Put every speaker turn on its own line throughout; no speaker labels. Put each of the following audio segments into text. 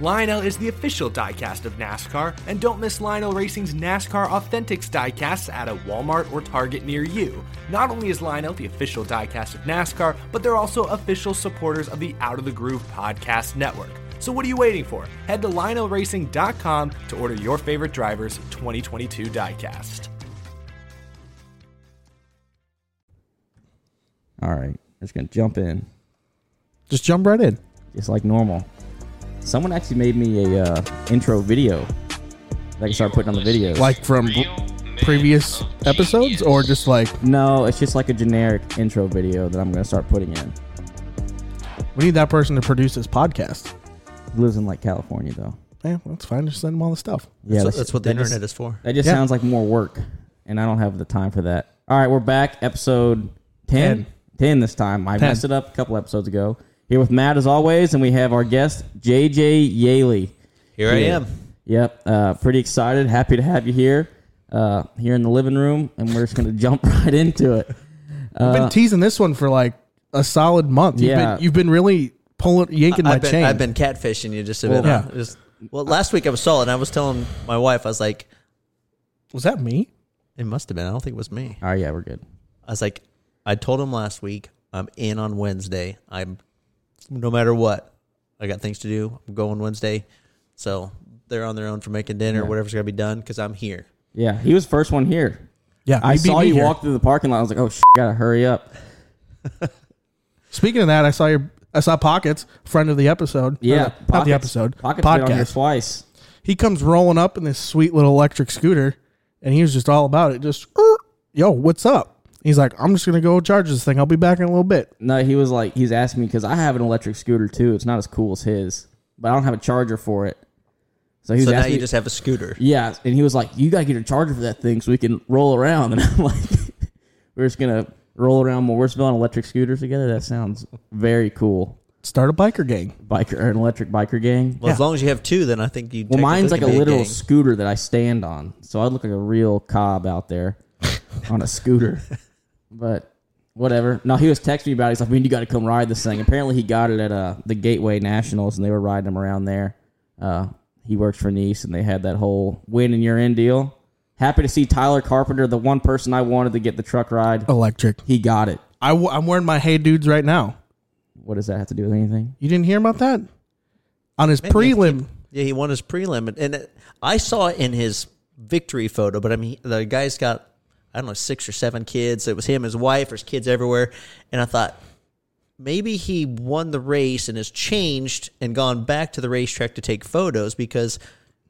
Lionel is the official diecast of NASCAR, and don't miss Lionel Racing's NASCAR Authentics diecasts at a Walmart or Target near you. Not only is Lionel the official diecast of NASCAR, but they're also official supporters of the Out of the Groove podcast network. So what are you waiting for? Head to lionelracing.com to order your favorite driver's 2022 diecast.
All right, it's gonna jump in
Just jump right in.
just like normal. Someone actually made me a uh, intro video. that I can start putting on the videos.
Like from previous episodes, or just like
no, it's just like a generic intro video that I'm gonna start putting in.
we need that person to produce this podcast.
He lives in like California though.
Yeah, that's fine. Just send them all the stuff.
Yeah,
So that's what the
that just-
internet is for.
That just
Yeah.
sounds like more work, and I don't have the time for that. All right, we're back. Episode 10. 10, this time. I messed it up a couple episodes ago. Here with Matt as always, and we have our guest, JJ Yaley.
Here I am.
Yep, uh, pretty excited. Happy to have you here, uh, here in the living room, and we're just going to jump right into it.
I've been teasing this one for like a solid month. You've
uh, Yeah.
been, you've been really pulling, yanking my
I've been,
chain.
I've been catfishing you just a
Well,
bit.
yeah.
Just- well, last week I was solid. I was telling my wife, I was like,
Was that me?
it must have been. I don't think it was me.
All right, yeah, we're good.
I was like, I told him last week, I'm in on Wednesday. I'm no matter what, I got things to do. I'm going Wednesday. So they're on their own for making dinner, whatever's going to be done, because I'm here.
Yeah, he was the first one here.
Yeah,
I
you beat
saw
me
you
here.
walk through the parking lot. I was like, oh, shit, gotta hurry up.
Speaking of that, I saw your. I saw Pockets, friend of the episode.
Yeah,
Or the- not the
Pockets-
episode.
Pocket's been on here
podcast.
twice.
He comes rolling up in this sweet little electric scooter, and he was just all about it. Just, "Er, yo, what's up? He's like, I'm just gonna go charge this thing. I'll be back in a little bit.
No, he was like, he's asking me because I have an electric scooter too. It's not as cool as his, but I don't have a charger for it. So he was
So now
asking
you
me-
just have a scooter.
yeah, and he was like, you gotta get a charger for that thing so we can roll around. And I'm like, we're just gonna roll around Mooresville on electric scooters together. That sounds very cool.
Start a biker gang.
Biker or an electric biker gang.
Well, as long as you have two, then I think you.
Well, mine's like a
technically can be
literal
gang.
scooter that I stand on, so I look like a real cob out there on a scooter. But whatever. No, he was texting me about. it. He's like, "Man, you got to come ride this thing." Apparently, he got it at uh, the Gateway Nationals, and they were riding him around there. Uh, he works for Nice, and they had that whole win and you're in deal. Happy to see Tyler Carpenter, the one person I wanted to get the truck ride.
Electric.
He got it.
I w- I'm wearing my Hey Dudes right now.
What does that have to do with anything?
You didn't hear about that? On his prelim.
Yeah, he won his prelim, and, and it, I saw it in his victory photo. But I mean, the guy's got I don't know six or seven kids. It was him, his wife, his kids everywhere, and I thought maybe he won the race and has changed and gone back to the racetrack to take photos because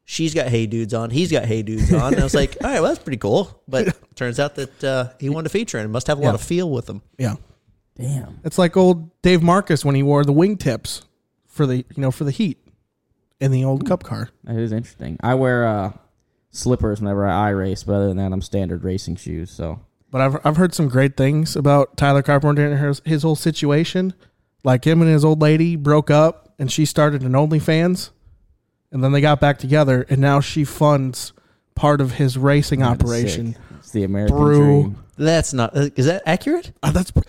she's got hey dudes on, he's got hey dudes on. And I was like, all right, well that's pretty cool. But turns out that uh, he won a feature and must have a lot of feel with him.
Yeah.
Damn.
It's like old Dave Marcus when he wore the wingtips for the you know for the heat in the old cup car.
That is interesting. I wear uh, slippers whenever I race, but other than that, I'm standard racing shoes. So
But I've I've heard some great things about Tyler Carpenter and his, his whole situation. Like him and his old lady broke up and she started an OnlyFans and then they got back together and now she funds part of his racing operation.
Sick. It's the American
Brew.
dream.
That's not uh, is that accurate?
Uh, that's pr-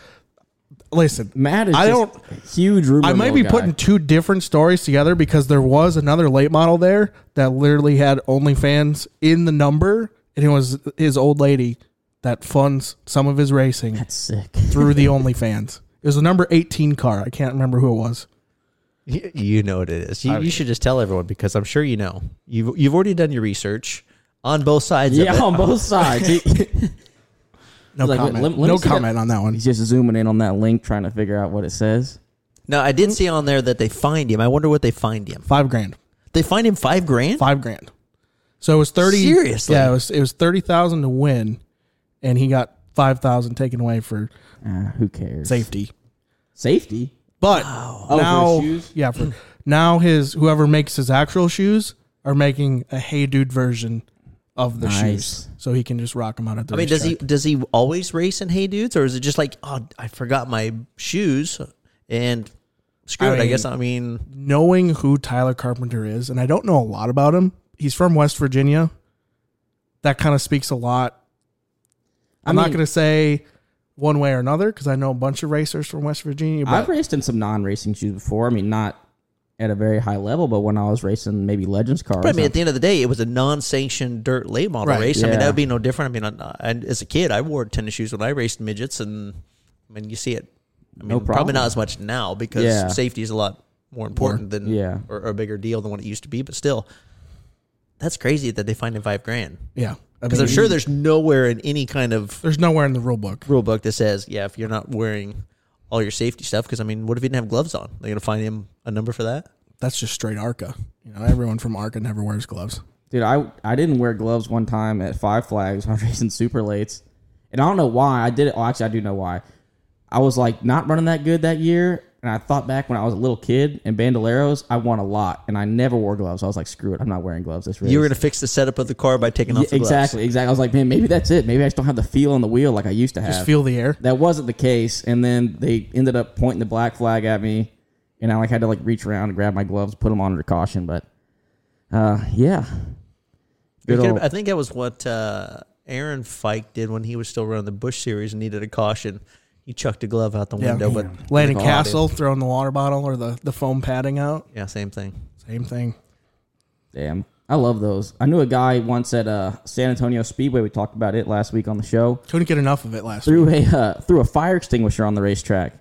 listen.
Matt is
I
I
don't-
don't huge rumor.
I might
mill
be
guy.
putting two different stories together because there was another late model there that literally had OnlyFans in the number, and it was his old lady that funds some of his racing
That's sick.
through the OnlyFans. It was a number 18 car. I can't remember who it was.
You, you know what it is. You, you should just tell everyone because I'm sure you know. You've you've already done your research on both sides.
Yeah,
of
on both sides. He-
No
Like,
comment.
let- let me
no
see that-
comment on that one.
he's just zooming in on that link, trying to figure out what it says.
it. Now I did see on there that they find him. I wonder what they find him.
Five grand.
They find him five grand.
Five grand. So it was 30.
Seriously?
Yeah, it was it was 30,000 to win, and he got 5,000 taken away for
Uh, who cares?
safety.
Safety.
But
for
now,
his shoes?
yeah, for, now his whoever makes his actual shoes are making a Hey Dude version of the
Nice.
shoes, so he can just rock them out at the.
I mean, does he does he always race in Hey Dudes, or is it just like, oh, I forgot my shoes and screw
I
it? I
mean-
guess. I mean,
knowing who Tyler Carpenter is, and I don't know a lot about him. He's from West Virginia. That kind of speaks a lot.
I
I'm not
mean-
going to say one way or another because I know a bunch of racers from West Virginia. But
I've raced in some non-racing shoes before. I mean, not at a very high level, but when I was racing maybe Legends cars,
But I mean,
I-
at the end of the day, it was a non-sanctioned dirt late model
Right.
race. I mean, that
Yeah.
would be no different. I mean, I, I, as a kid, I wore tennis shoes when I raced midgets, and I mean, you see it. I mean,
No
probably
problem.
not as much now because
Yeah.
safety is a lot more important than
yeah.
or, or a bigger deal than what it used to be. But still, that's crazy that they find in five grand
yeah, I
because
mean,
I'm sure there's nowhere in any kind of
there's nowhere in the rule book.
rule book that says, yeah, if you're not wearing all your safety stuff, because I mean, what if you didn't have gloves on? They're gonna find him a number for that.
That's just straight ARCA. You know, everyone from ARCA never wears gloves.
dude, I I didn't wear gloves one time at Five Flags when I was racing super lates, and I don't know why I did it. Well, actually, I do know why. I was like not running that good that year, and I thought back when I was a little kid in Bandoleros, I won a lot, and I never wore gloves. I was like, screw it, I'm not wearing gloves this race.
You were gonna fix the setup of the car by taking
Yeah,
off the gloves.
exactly, exactly. I was like, man, maybe that's it. Maybe I just don't have the feel on the wheel like I used to have.
Just feel the air.
that wasn't the case and then they ended up pointing the black flag at me and i like had to like reach around and grab my gloves put them on under caution but uh yeah
We
Good
could
old-
have- I think that was what uh, Aaron Fike did when he was still running the Bush series and needed a caution. He chucked a glove out the
Yeah,
window,
but
but
Landon
Oh,
Castle throwing the water bottle or the, the foam padding out,
yeah, same thing.
same thing.
damn i love those i knew a guy once at uh san antonio speedway we talked about it last week on the show
Couldn't get enough of it last week.
threw a uh, threw a fire extinguisher on the racetrack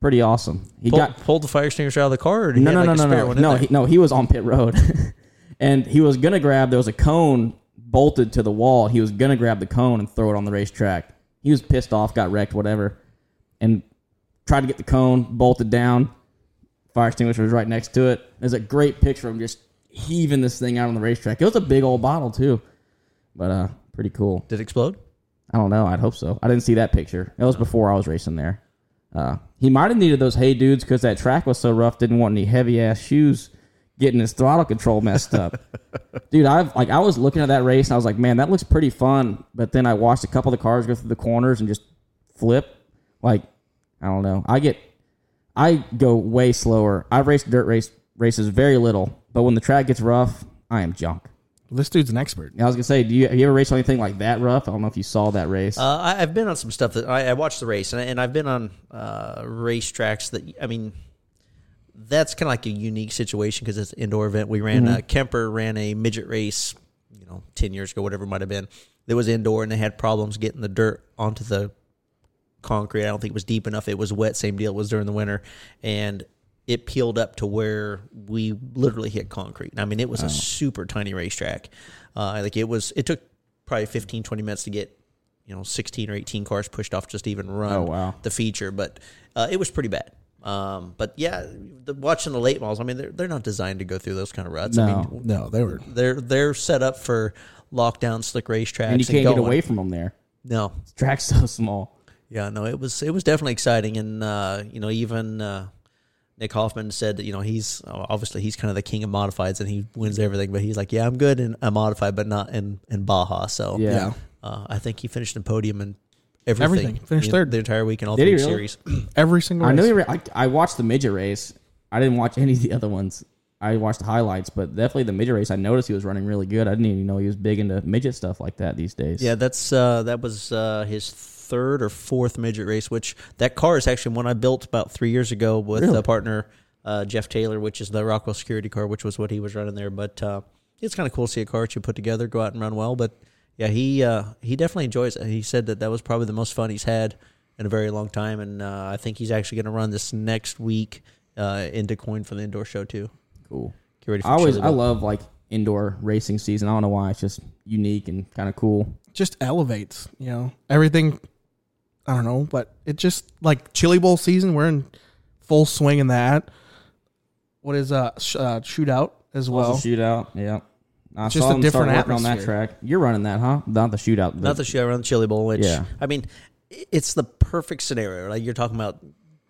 pretty awesome he
Pull,
got
pulled the fire extinguisher out of the car. Or did
no,
he
no,
have,
no,
like, a
no,
spare
no,
one in
no.
there?
He, no, he was on pit road, and he was gonna grab. There was a cone bolted to the wall. He was gonna grab the cone and throw it on the racetrack. He was pissed off, got wrecked, whatever, and tried to get the cone bolted down. Fire extinguisher was right next to it. There's a great picture of him just heaving this thing out on the racetrack. It was a big old bottle too, but uh, pretty cool.
Did it explode?
I don't know. I'd hope so. I didn't see that picture. That was before I was racing there. Uh, he might have needed those hey dudes because that track was so rough. Didn't want any heavy ass shoes getting his throttle control messed up. Dude, I've like I was looking at that race and I was like, man, that looks pretty fun. But then I watched a couple of the cars go through the corners and just flip. Like I don't know. I get I go way slower. I race dirt race races very little, but when the track gets rough, I am junk.
This dude's an expert.
I was gonna say, do you have you ever raced on anything like that rough? I don't know if you saw that race.
Uh, I, I've been on some stuff that I, I watched the race, and, I, and I've been on uh, race tracks that I mean, that's kind of like a unique situation because it's an indoor event. We ran uh, Kemper ran a midget race, you know, ten years ago, whatever it might have been. That was indoor, and they had problems getting the dirt onto the concrete. I don't think it was deep enough. It was wet. Same deal. It was during the winter, and it peeled up to where we literally hit concrete. I mean, it was a super tiny racetrack. Uh, like it was. It took probably 15, 20 minutes to get you know 16 or 18 cars pushed off just to even run
Oh, wow.
the feature but uh, it was pretty bad um, but yeah the, watching the late models i mean they're, they're not designed to go through those kind of ruts i
No.
mean
No, they were
they're they're set up for lockdown slick racetracks
and you can't get
going.
away from them there.
no
track's so small.
yeah, no, it was it was definitely exciting, and uh, you know, even uh, Nick Hoffman said that you know he's obviously he's kind of the king of modifieds, and he wins everything. But he's like, yeah, I'm good in a modified, but not in in Baja. So
Yeah.
Yeah.
uh, I think he finished in podium and everything.
Everything. Finished
the,
third.
the entire week in all
Did
three
he really?
series.
every single.
I
race.
know you. Ra- I, I watched the midget race. I didn't watch any of the other ones. I watched the highlights, but definitely the midget race. I noticed he was running really good. I didn't even know he was big into midget stuff like that these days.
Yeah, that's uh, that was uh, his third or fourth midget race. Which that car is actually one I built about three years ago with a partner uh, Jeff Taylor, which is the Rockwell security car, which was what he was running there. But uh, it's kind of cool to see a car that you put together go out and run well. But yeah, he uh, he definitely enjoys it. He said that that was probably the most fun he's had in a very long time, and uh, I think he's actually going to run this next week uh, into coin for the indoor show too.
cool.
Get ready for
I always
cheerleader.
I love like indoor racing season. I don't know why. It's just unique and kind of cool.
just elevates, you know, everything. I don't know, but it just like Chili Bowl season, we're in full swing in that. What is uh, sh- uh shootout as well?
Also shootout. Yeah. I
Just
saw
a
him start
different
working on that
atmosphere.
track. You're running that, huh? Not the shootout.
not the show around the chili bowl which
Yeah.
i mean i- it's the perfect scenario like you're talking about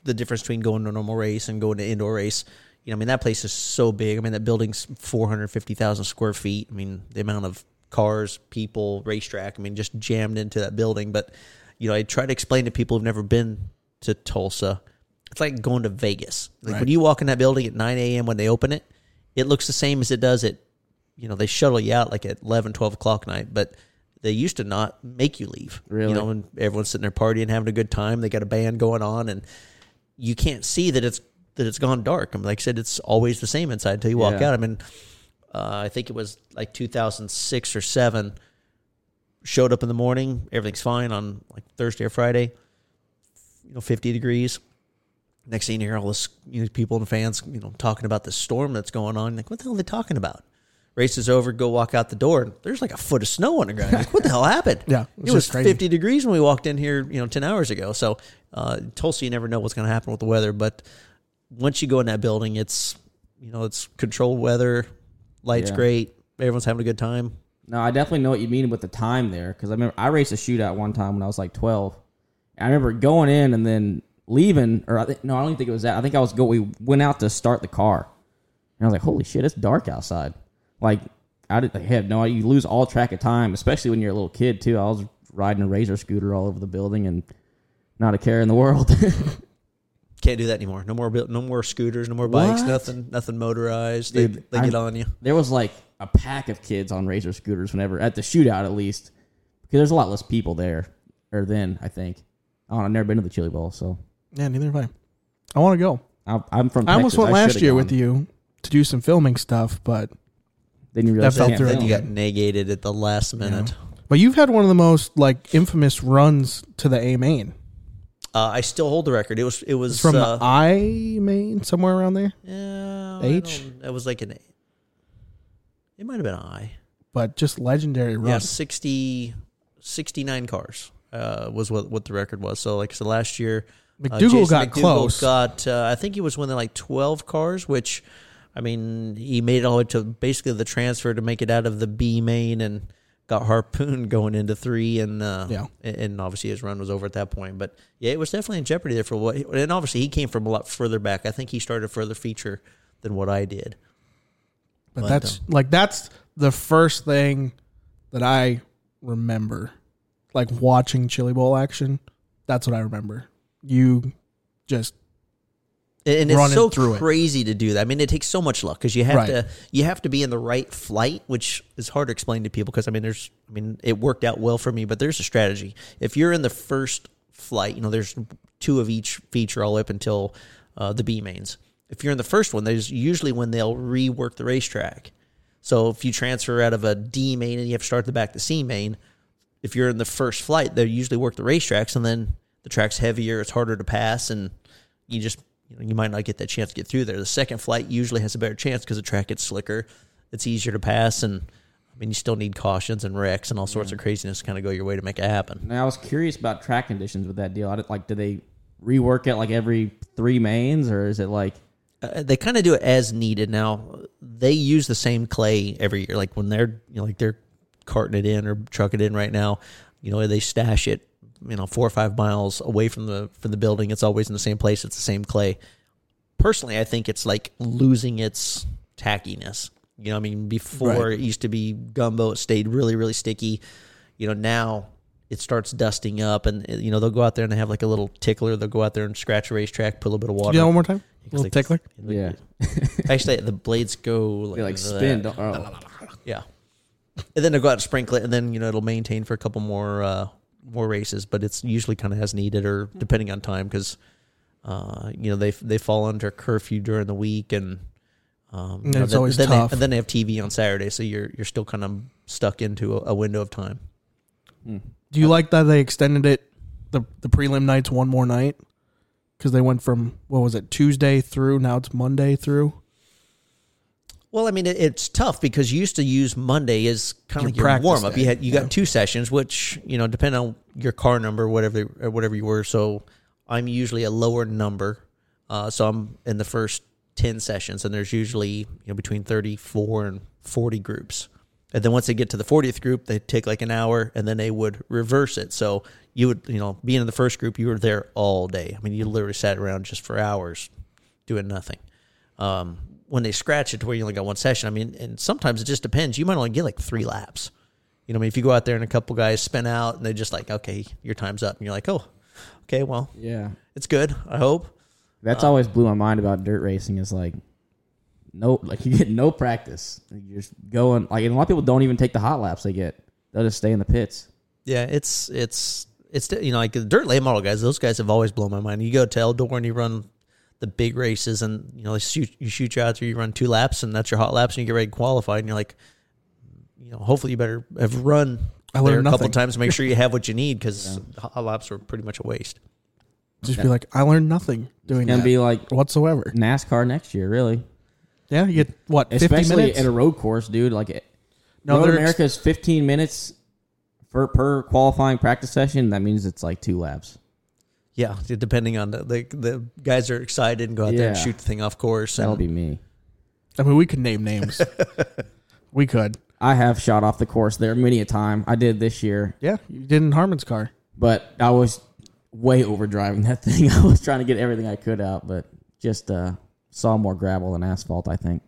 the difference between going to a normal race and going to indoor race you know i mean that place is so big i mean that building's 450000 square feet i mean the amount of cars, people, racetrack. I mean, just jammed into that building. But you know, I try to explain to people who've never been to Tulsa. It's like going to Vegas. Like when you walk in that building at 9 a.m. when they open it, it looks the same as it does at, you know, they shuttle you out like at 11, 12 o'clock night, but they used to not make you leave.
Really?
You know, and everyone's sitting there partying, having a good time. They got a band going on and you can't see that it's, that it's gone dark. I mean, like I said, it's always the same inside until you walk
Yeah.
out. I mean, uh, I think it was like 2006 or seven. Showed up in the morning, everything's fine on like Thursday or Friday. You know, 50 degrees. Next thing you hear, all this you know, people and fans, you know, talking about the storm that's going on. Like, what the hell are they talking about? Race is over. Go walk out the door. And there's like a foot of snow on the ground. Like, what the hell happened?
Yeah,
it
it
was,
was just crazy.
50 degrees when we walked in here. You know, 10 hours ago. So, uh, Tulsa, you never know what's going to happen with the weather. But once you go in that building, it's you know, it's controlled weather. Lights
Yeah.
great. Everyone's having a good time.
No, I definitely know what you mean with the time there because I remember I raced a shootout one time when I was like twelve. And I remember going in and then leaving, or I think no, I don't even think it was that. I think I was go. We went out to start the car, and I was like, "Holy shit, it's dark outside!" Like I didn't I had no. You lose all track of time, especially when you're a little kid too. I was riding a razor scooter all over the building and not a care in the world.
Can't do that anymore. No more, bu- no more scooters, no more bikes,
What?
nothing, nothing motorized. They,
Dude,
they
I-
get on you.
there was like a pack of kids on razor scooters whenever at the shootout at least because there's a lot less people there or then I think. I don't know, I've never been to the Chili Bowl, so
Yeah, neither have I. I want to go.
I'm, I'm from.
I almost
Texas.
went last
should've
year
gone.
with you to do some filming stuff, but
Then you realize
That fell
you can't
through.
film.
Then you got negated at the last minute.
but you've had one of the most like infamous runs to the A main
Uh, I still hold the record. It was it was
from
uh,
the I main somewhere around there.
yeah,
H?
It was like an. It might have been I.
But just legendary
Yeah,
runs.
60, 69 cars uh, was what what the record was. So like I said, last year, uh,
McDougal
Jason
got close.
Got uh, I think he was winning like twelve cars, which I mean he made it all the way to basically the transfer to make it out of the B main and got harpooned going into three and uh,
Yeah.
and- and obviously his run was over at that point. But yeah, it was definitely in jeopardy there for what and obviously he came from a lot further back. I think he started a further feature than what I did.
But that's like that's the first thing that I remember, like watching Chili Bowl action. That's what I remember. You just
and it's
running
so
through it.
crazy to do that. I mean, it takes so much luck because you have
Right.
to you have to be in the right flight, which is hard to explain to people. Because I mean, there's I mean, it worked out well for me, but there's a strategy. If you're in the first flight, you know, there's two of each feature all up until uh, the B mains. If you're in the first one, there's usually when they'll rework the racetrack. So if you transfer out of a D main and you have to start at the back to C main, if you're in the first flight, they usually work the racetracks, and then the track's heavier, it's harder to pass, and you just you know you might not get that chance to get through there. The second flight usually has a better chance because the track gets slicker, it's easier to pass, and I mean you still need cautions and wrecks and all sorts of craziness to kind of go your way to make it happen.
Now I was curious about track conditions with that deal. I didn't, like, do they rework it like every three mains, or is it like
Uh, they kind of do it as needed. Now they use the same clay every year, like when they're you know like they're carting it in or trucking it in right now, you know they stash it you know four or five miles away from the from the building. It's always in the same place. It's the same clay. personally, I think it's like losing its tackiness. You know, I mean, before it used to be gumbo, it stayed really, really sticky. You know, now it starts dusting up, and uh, you know they'll go out there and they have like a little tickler. They'll go out there and scratch a racetrack, put a little bit of
do
water.
that one more time. Little
Like-
tickler.
yeah,
Actually, the blades go like,
they like
that.
spin? Don't, oh.
Yeah. And then they'll go out and sprinkle it, and then you know it'll maintain for a couple more uh, more races, but it's usually kind of as needed or depending on time because uh, you know they they fall under curfew during the week and. Um, you know,
it's
then-
always
then they-
tough.
and then they have TV on Saturday, so you're you're still kind of stuck into a, a window of time.
Do you like that they extended it the the prelim nights one more night? Because they went from what was it Tuesday through now it's Monday through.
Well, I mean, it, it's tough because you used to use Monday as kind
Your
of like your
practice
warm up.
day.
You had you got two sessions, which you know, depending on your car number, whatever or whatever you were. So I'm usually a lower number, uh, so I'm in the first ten sessions, and there's usually you know between thirty four and forty groups. And then once they get to the 40th group, they take like an hour and then they would reverse it. So you would, you know, being in the first group, you were there all day. I mean, you literally sat around just for hours doing nothing. Um, when they scratch it to where you only got one session, I mean, and sometimes it just depends. You might only get like three laps. You know, I mean, if you go out there and a couple guys spin out and they're just like, okay, your time's up, and you're like, oh, okay, well,
Yeah.
it's good. I hope.
That's always blew my mind about dirt racing is like no like you get no practice. You're just going like and a lot of people don't even take the hot laps they get. They'll just stay in the pits.
Yeah, it's it's it's you know like the dirt late model guys. Those guys have always blown my mind. You go to Eldor and you run the big races, and you know they shoot you shoot you out there. You run two laps, and that's your hot laps, and you get ready to qualify, and you're like, you know, hopefully you better have run
I
there a
learned
couple
nothing.
times to make sure you have what you need because hot laps were pretty much a waste.
Just be like, I learned nothing doing
It's gonna
that
be like
whatsoever.
NASCAR next year, really.
Yeah, you get what fifty
Especially
minutes.
at a road course, dude. Like
No,
Road
they're-
America is fifteen minutes for per qualifying practice session. That means it's like two laps.
Yeah, d- depending on the the, the guys are excited and go out there and
Yeah.
shoot the thing off course.
That'll
And,
be me.
I mean, we could name names. we could.
I have shot off the course there many a time. I did this year,
Yeah, you did in Harmon's car.
but I was way over driving that thing. I was trying to get everything I could out, but just uh, saw more gravel than asphalt. I think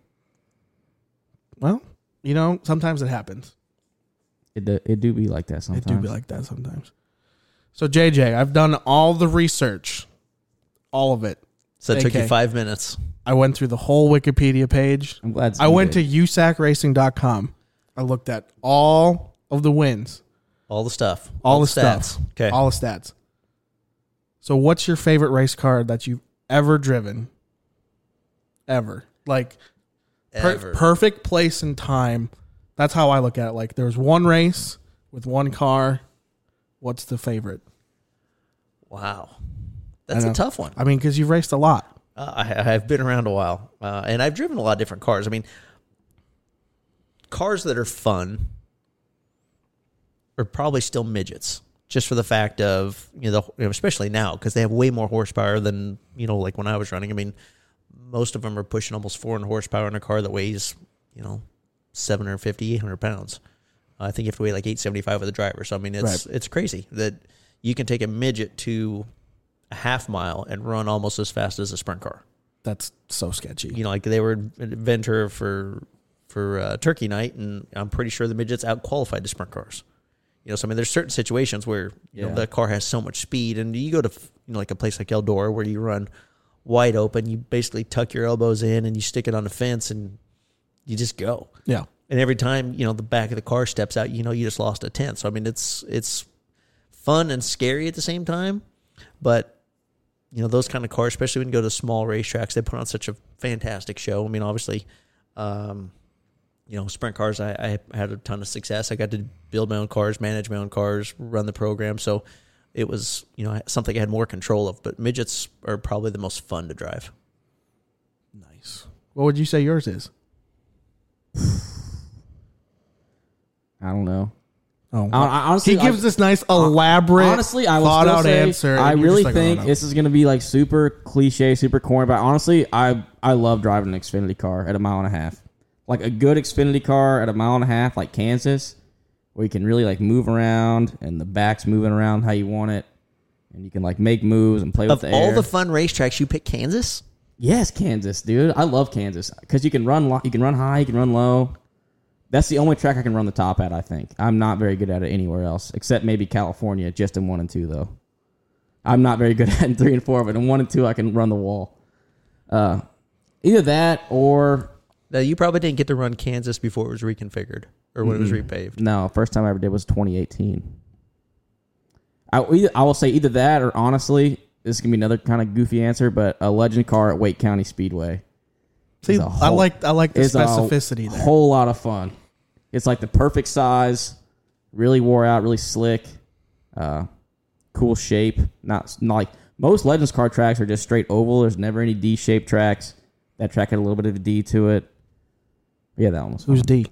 Well, you know, sometimes it happens.
it do, it do be like that sometimes.
It do be like that sometimes. So JJ, I've done all the research, all of it.
so it took you
Okay.
five minutes.
I went through the whole Wikipedia page.
I'm glad.
I went to usacracing.com. I looked at all of the wins,
All the stuff.
all, the,
the stats.
stats,
Okay.
all the stats. So, what's your favorite race car that you've ever driven? Ever, like per-
Ever.
perfect place and time. That's how I look at it. Like there's one race with one car. What's the favorite?
wow. That's a
know.
tough one.
I mean, because you've raced a lot.
Uh, I, I've been around a while, uh, and I've driven a lot of different cars. I mean, cars that are fun are probably still midgets, just for the fact of you know, the, you know especially now because they have way more horsepower than you know, like when I was running. I mean, most of them are pushing almost 400 horsepower in a car that weighs you know 750, 800 pounds. I think you have to weigh like 875 with a driver. So I mean, it's it's crazy that you can take a midget to a half mile and run almost as fast as a sprint car.
That's so sketchy.
You know, like they were an inventor for for uh, Turkey Night, and I'm pretty sure the midgets out qualified the sprint cars. You know, so I mean, there's certain situations where you know
Yeah.
the car has so much speed, and you go to you know like a place like Eldora where you run wide open, you basically tuck your elbows in and you stick it on the fence, and you just go.
Yeah.
And every time you know the back of the car steps out, you know you just lost a tenth. So I mean, it's it's fun and scary at the same time, but you know those kind of cars, especially when you go to small racetracks, they put on such a fantastic show. I mean, obviously, um, you know, sprint cars. I, I had a ton of success. I got to build my own cars, manage my own cars, run the program. So it was you know something I had more control of. But midgets are probably the most fun to drive.
Nice. What would you say yours is?
I don't know.
Oh,
I, I honestly,
he gives
I,
this nice elaborate,
honestly, I will
thought
still
out
say
answer.
I
and you're
really
just like, oh,
think
no.
this is gonna be like super cliche, super corny. But honestly, I I love driving an Xfinity car at a mile and a half. Like a good Xfinity car at a mile and a half, like Kansas, where you can really like move around and the back's moving around how you want it, and you can like make moves and play
Of
with the
all
air.
the fun racetracks, you pick Kansas.
yes, Kansas, dude, I love Kansas because you can run lo- you can run high, you can run low. That's the only track I can run the top at. I think I'm not very good at it anywhere else, except maybe California, just in one and two though. I'm not very good at in three and four, but in one and two I can run the wall. Uh, either that or
Now you probably didn't get to run Kansas before it was reconfigured or when it was repaved.
no. First time I ever did was 2018. I either, I will say either that or honestly, this is gonna be another kind of goofy answer, but a legend car at Wake County Speedway.
See,
is a
I
whole-
like I like the
is a
specificity there.
whole lot of fun. It's like the perfect size, really wore out, really slick, uh, cool shape. Not, not like most Legends car tracks are just straight oval. There's never any D shaped tracks. That track had a little bit of a D to it. Yeah, that one was.
Who's D?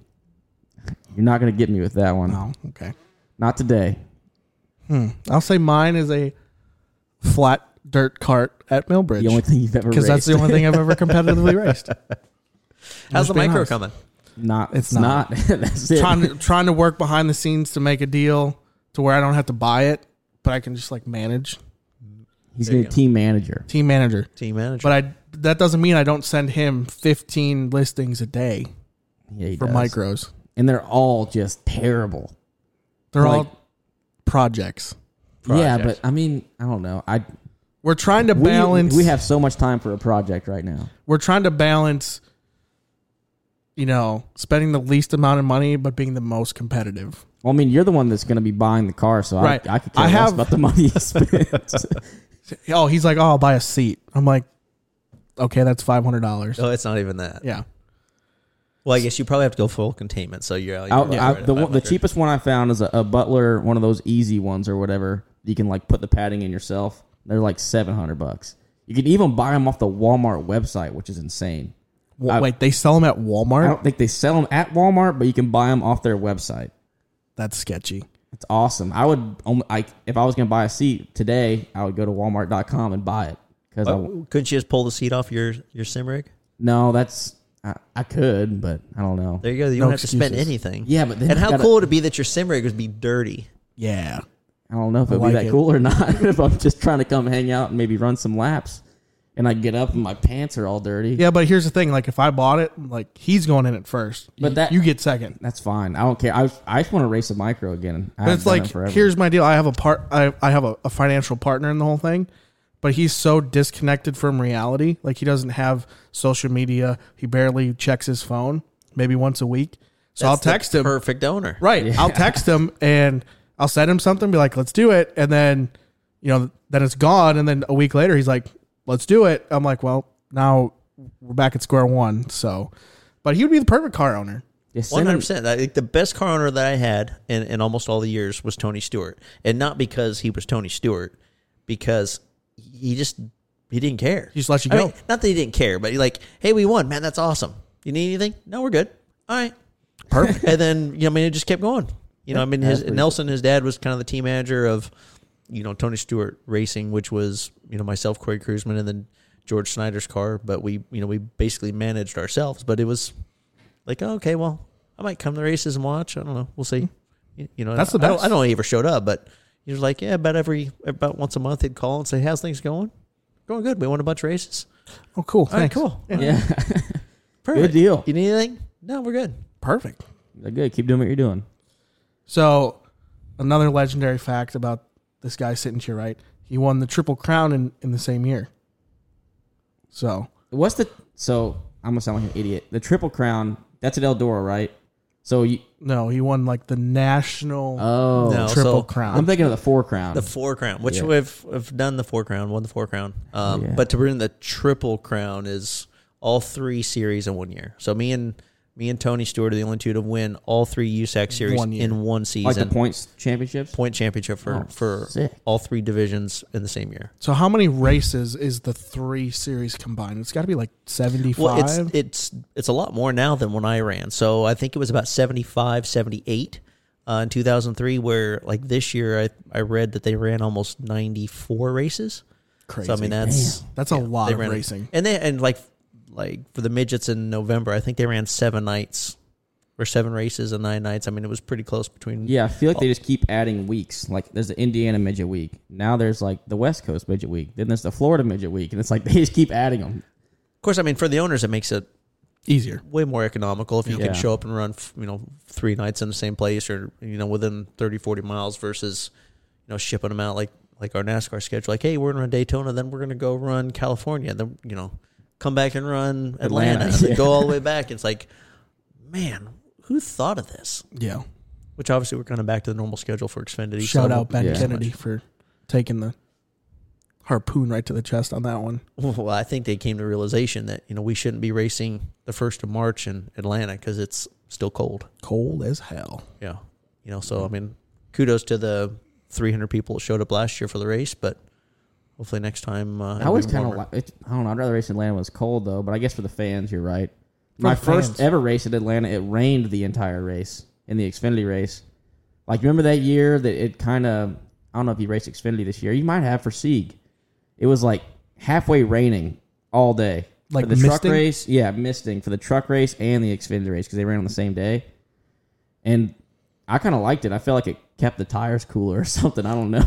You're not gonna get me with that one.
Oh, okay.
Not today.
I'll say mine is a flat dirt cart at
The only
Millbridge
thing you've ever
because
raced.
that's the only thing I've ever competitively raced.
How's the
being
micro
honest.
coming?
not.
It's
It's not. that's it.
trying to trying to work behind the scenes to make a deal to where I don't have to buy it, but I can just like manage
He's gonna be team manager.
team manager.
Team manager.
But I that doesn't mean I don't send him 15 listings a day
Yeah, he
for
does.
micros.
and they're all just terrible.
They're
Like-
all projects.
Yeah,
project.
but I mean, I don't know. I
We're trying to
we,
balance.
we have so much time for a project right now.
We're trying to balance. You know, spending the least amount of money but being the most competitive.
Well, I mean, you're the one that's going to be buying the car, so
Right.
I, I could care
I
less
have-
about the money you spent.
Oh, he's like, oh, I'll buy a seat. I'm like, okay, that's five hundred dollars.
Uh,
Oh, it's not even that.
Yeah.
Well, I guess you probably have to go full containment. So you're, you're
I,
probably
I,
right at
the, one- the
500.
cheapest one I found is a, a Butler, one of those easy ones or whatever. You can like put the padding in yourself. They're like seven hundred bucks. You can even buy them off the Walmart website, which is insane.
Wa-
I-
Wait, they sell them at
I
Walmart?
don't think they sell them at Walmart, but you can buy them off their website.
That's sketchy.
It's awesome. I would, only- I if I was going to buy a seat today, I would go to Walmart.com and buy it because I
Oh, couldn't you just pull the seat off your your sim rig?
no, that's I, I could, but I don't know.
There you go. You
No
don't have to spend
excuses.
anything.
Yeah, but then
and
you
how
gotta-
cool would it be that your sim rig would be dirty?
Yeah.
I don't know if it'd
like
be that
it.
cool or not. if I'm just trying to come hang out and maybe run some laps, and I get up and my pants are all dirty.
Yeah, but here's the thing: like, if I bought it, like he's going in at first,
But
You-
that-
you get second.
That's fine. I don't care. I, I just want to race a micro again. I
But
haven't
it's
done
like,
it forever.
here's my deal: I have a part, I, I have a, a financial partner in the whole thing, but he's so disconnected from reality. Like, he doesn't have social media. He barely checks his phone, maybe once a week. So
That's the
I'll text him.
Perfect owner.
Right. I'll text him and I'll send him something, be like, let's do it. And then, you know, then it's gone. And then a week later, he's like, let's do it. I'm like, well, now we're back at square one. So, but he would be the perfect car owner.
Just send
One hundred
'em-
percent. I think the best car owner that I had in, in almost all the years was Tony Stewart, and not because he was Tony Stewart, because he just he didn't care.
He just let you
I
go.
mean, not that he didn't care, but he like, hey, we won, man. That's awesome. You need anything? No, we're good. All right, perfect. and then you know, I mean, it just kept going. You know, I mean, his
That's pretty
Nelson, his dad was kind of the team manager of, you know, Tony Stewart Racing, which was you know myself, Corey Cruzman, and then George Snyder's car. But we you know we basically managed ourselves. But it was like, oh, okay, well, I might come to races and watch. I don't know. We'll see. You, you know,
Hmm. That's the
I don't,
best.
I don't know he ever showed up, but he was like, yeah, about every about once a month he'd call and say, how's things going? Going good. We won a bunch of races.
Oh, cool.
All right,
Thanks.
cool.
Yeah. Good
Perfect.
deal.
You need anything? No, we're good.
Perfect.
Good. Keep doing what you're doing.
So, another legendary fact about this guy sitting to your right, he won the Triple Crown in, in the same year. So,
What's the so? I'm gonna sound like an idiot. The Triple Crown. That's at Eldora, right? So you.
no, he won like the national
Oh,
No,
Triple
so
Crown.
I'm thinking of the Four Crown.
The four crown, which
Yeah.
we've we've done the four crown, won the four crown. Um,
Yeah.
But to win the triple crown is all three series in one year. So me and me and Tony Stewart are the only two to win all three USAC series
One year.
in one
like
season.
the points championships.
point championship for
Oh,
for
sick.
all three divisions in the same year.
So how many races is the three series combined? It's got to be like seventy five.
Well, it's it's it's a lot more now than when I ran. So I think it was about 75, 78 uh, in 2003 where like this year I I read that they ran almost 94 races.
Crazy.
So I mean that's
that's a lot
they
of
ran
racing.
and they and like like for the midgets in November, I think they ran seven nights or seven races and nine nights. I mean, it was pretty close between.
Yeah, I feel like they just keep adding weeks. Like there's the Indiana midget week. Now there's like the West Coast midget week. Then there's the Florida midget week, and it's like they just keep adding them.
Of course, I mean for the owners, it makes it
Easier.
way more economical if you
Yeah.
can show up and run, f- you know, three nights in the same place or you know within 30, 40 miles versus you know shipping them out like like our NASCAR schedule. Like, hey, we're gonna run Daytona, then we're gonna go run California, then you know come back and run Atlanta,
Atlanta,
and then
yeah.
go all the way back. It's like, man, who thought of this?
Yeah.
which obviously we're kind of back to the normal schedule for Xfinity.
Shout
so-
out Ben
yeah.
Kennedy for taking the harpoon right to the chest on that one.
Well, I think they came to the realization that you know we shouldn't be racing the first of March in Atlanta because it's still cold.
Cold as hell.
Yeah, you know. So I mean, kudos to the 300 people that showed up last year for the race, but hopefully next time. Uh,
I always
it'll be
kind of
warmer.
like. It, I don't know. I'd rather race in Atlanta when it's cold though. But I guess for the fans, you're right.
For
My
the
first
fans.
ever race at Atlanta, it rained the entire race in the Xfinity race. Like remember that year that it kind of. I don't know if you raced Xfinity this year. You might have for Sieg. It was like halfway raining all day.
Like
for the truck
misting?
race, yeah, misting for the truck race and the Xfinity race because they ran on the same day. And I kind of liked it. I felt like it kept the tires cooler or something. I don't know.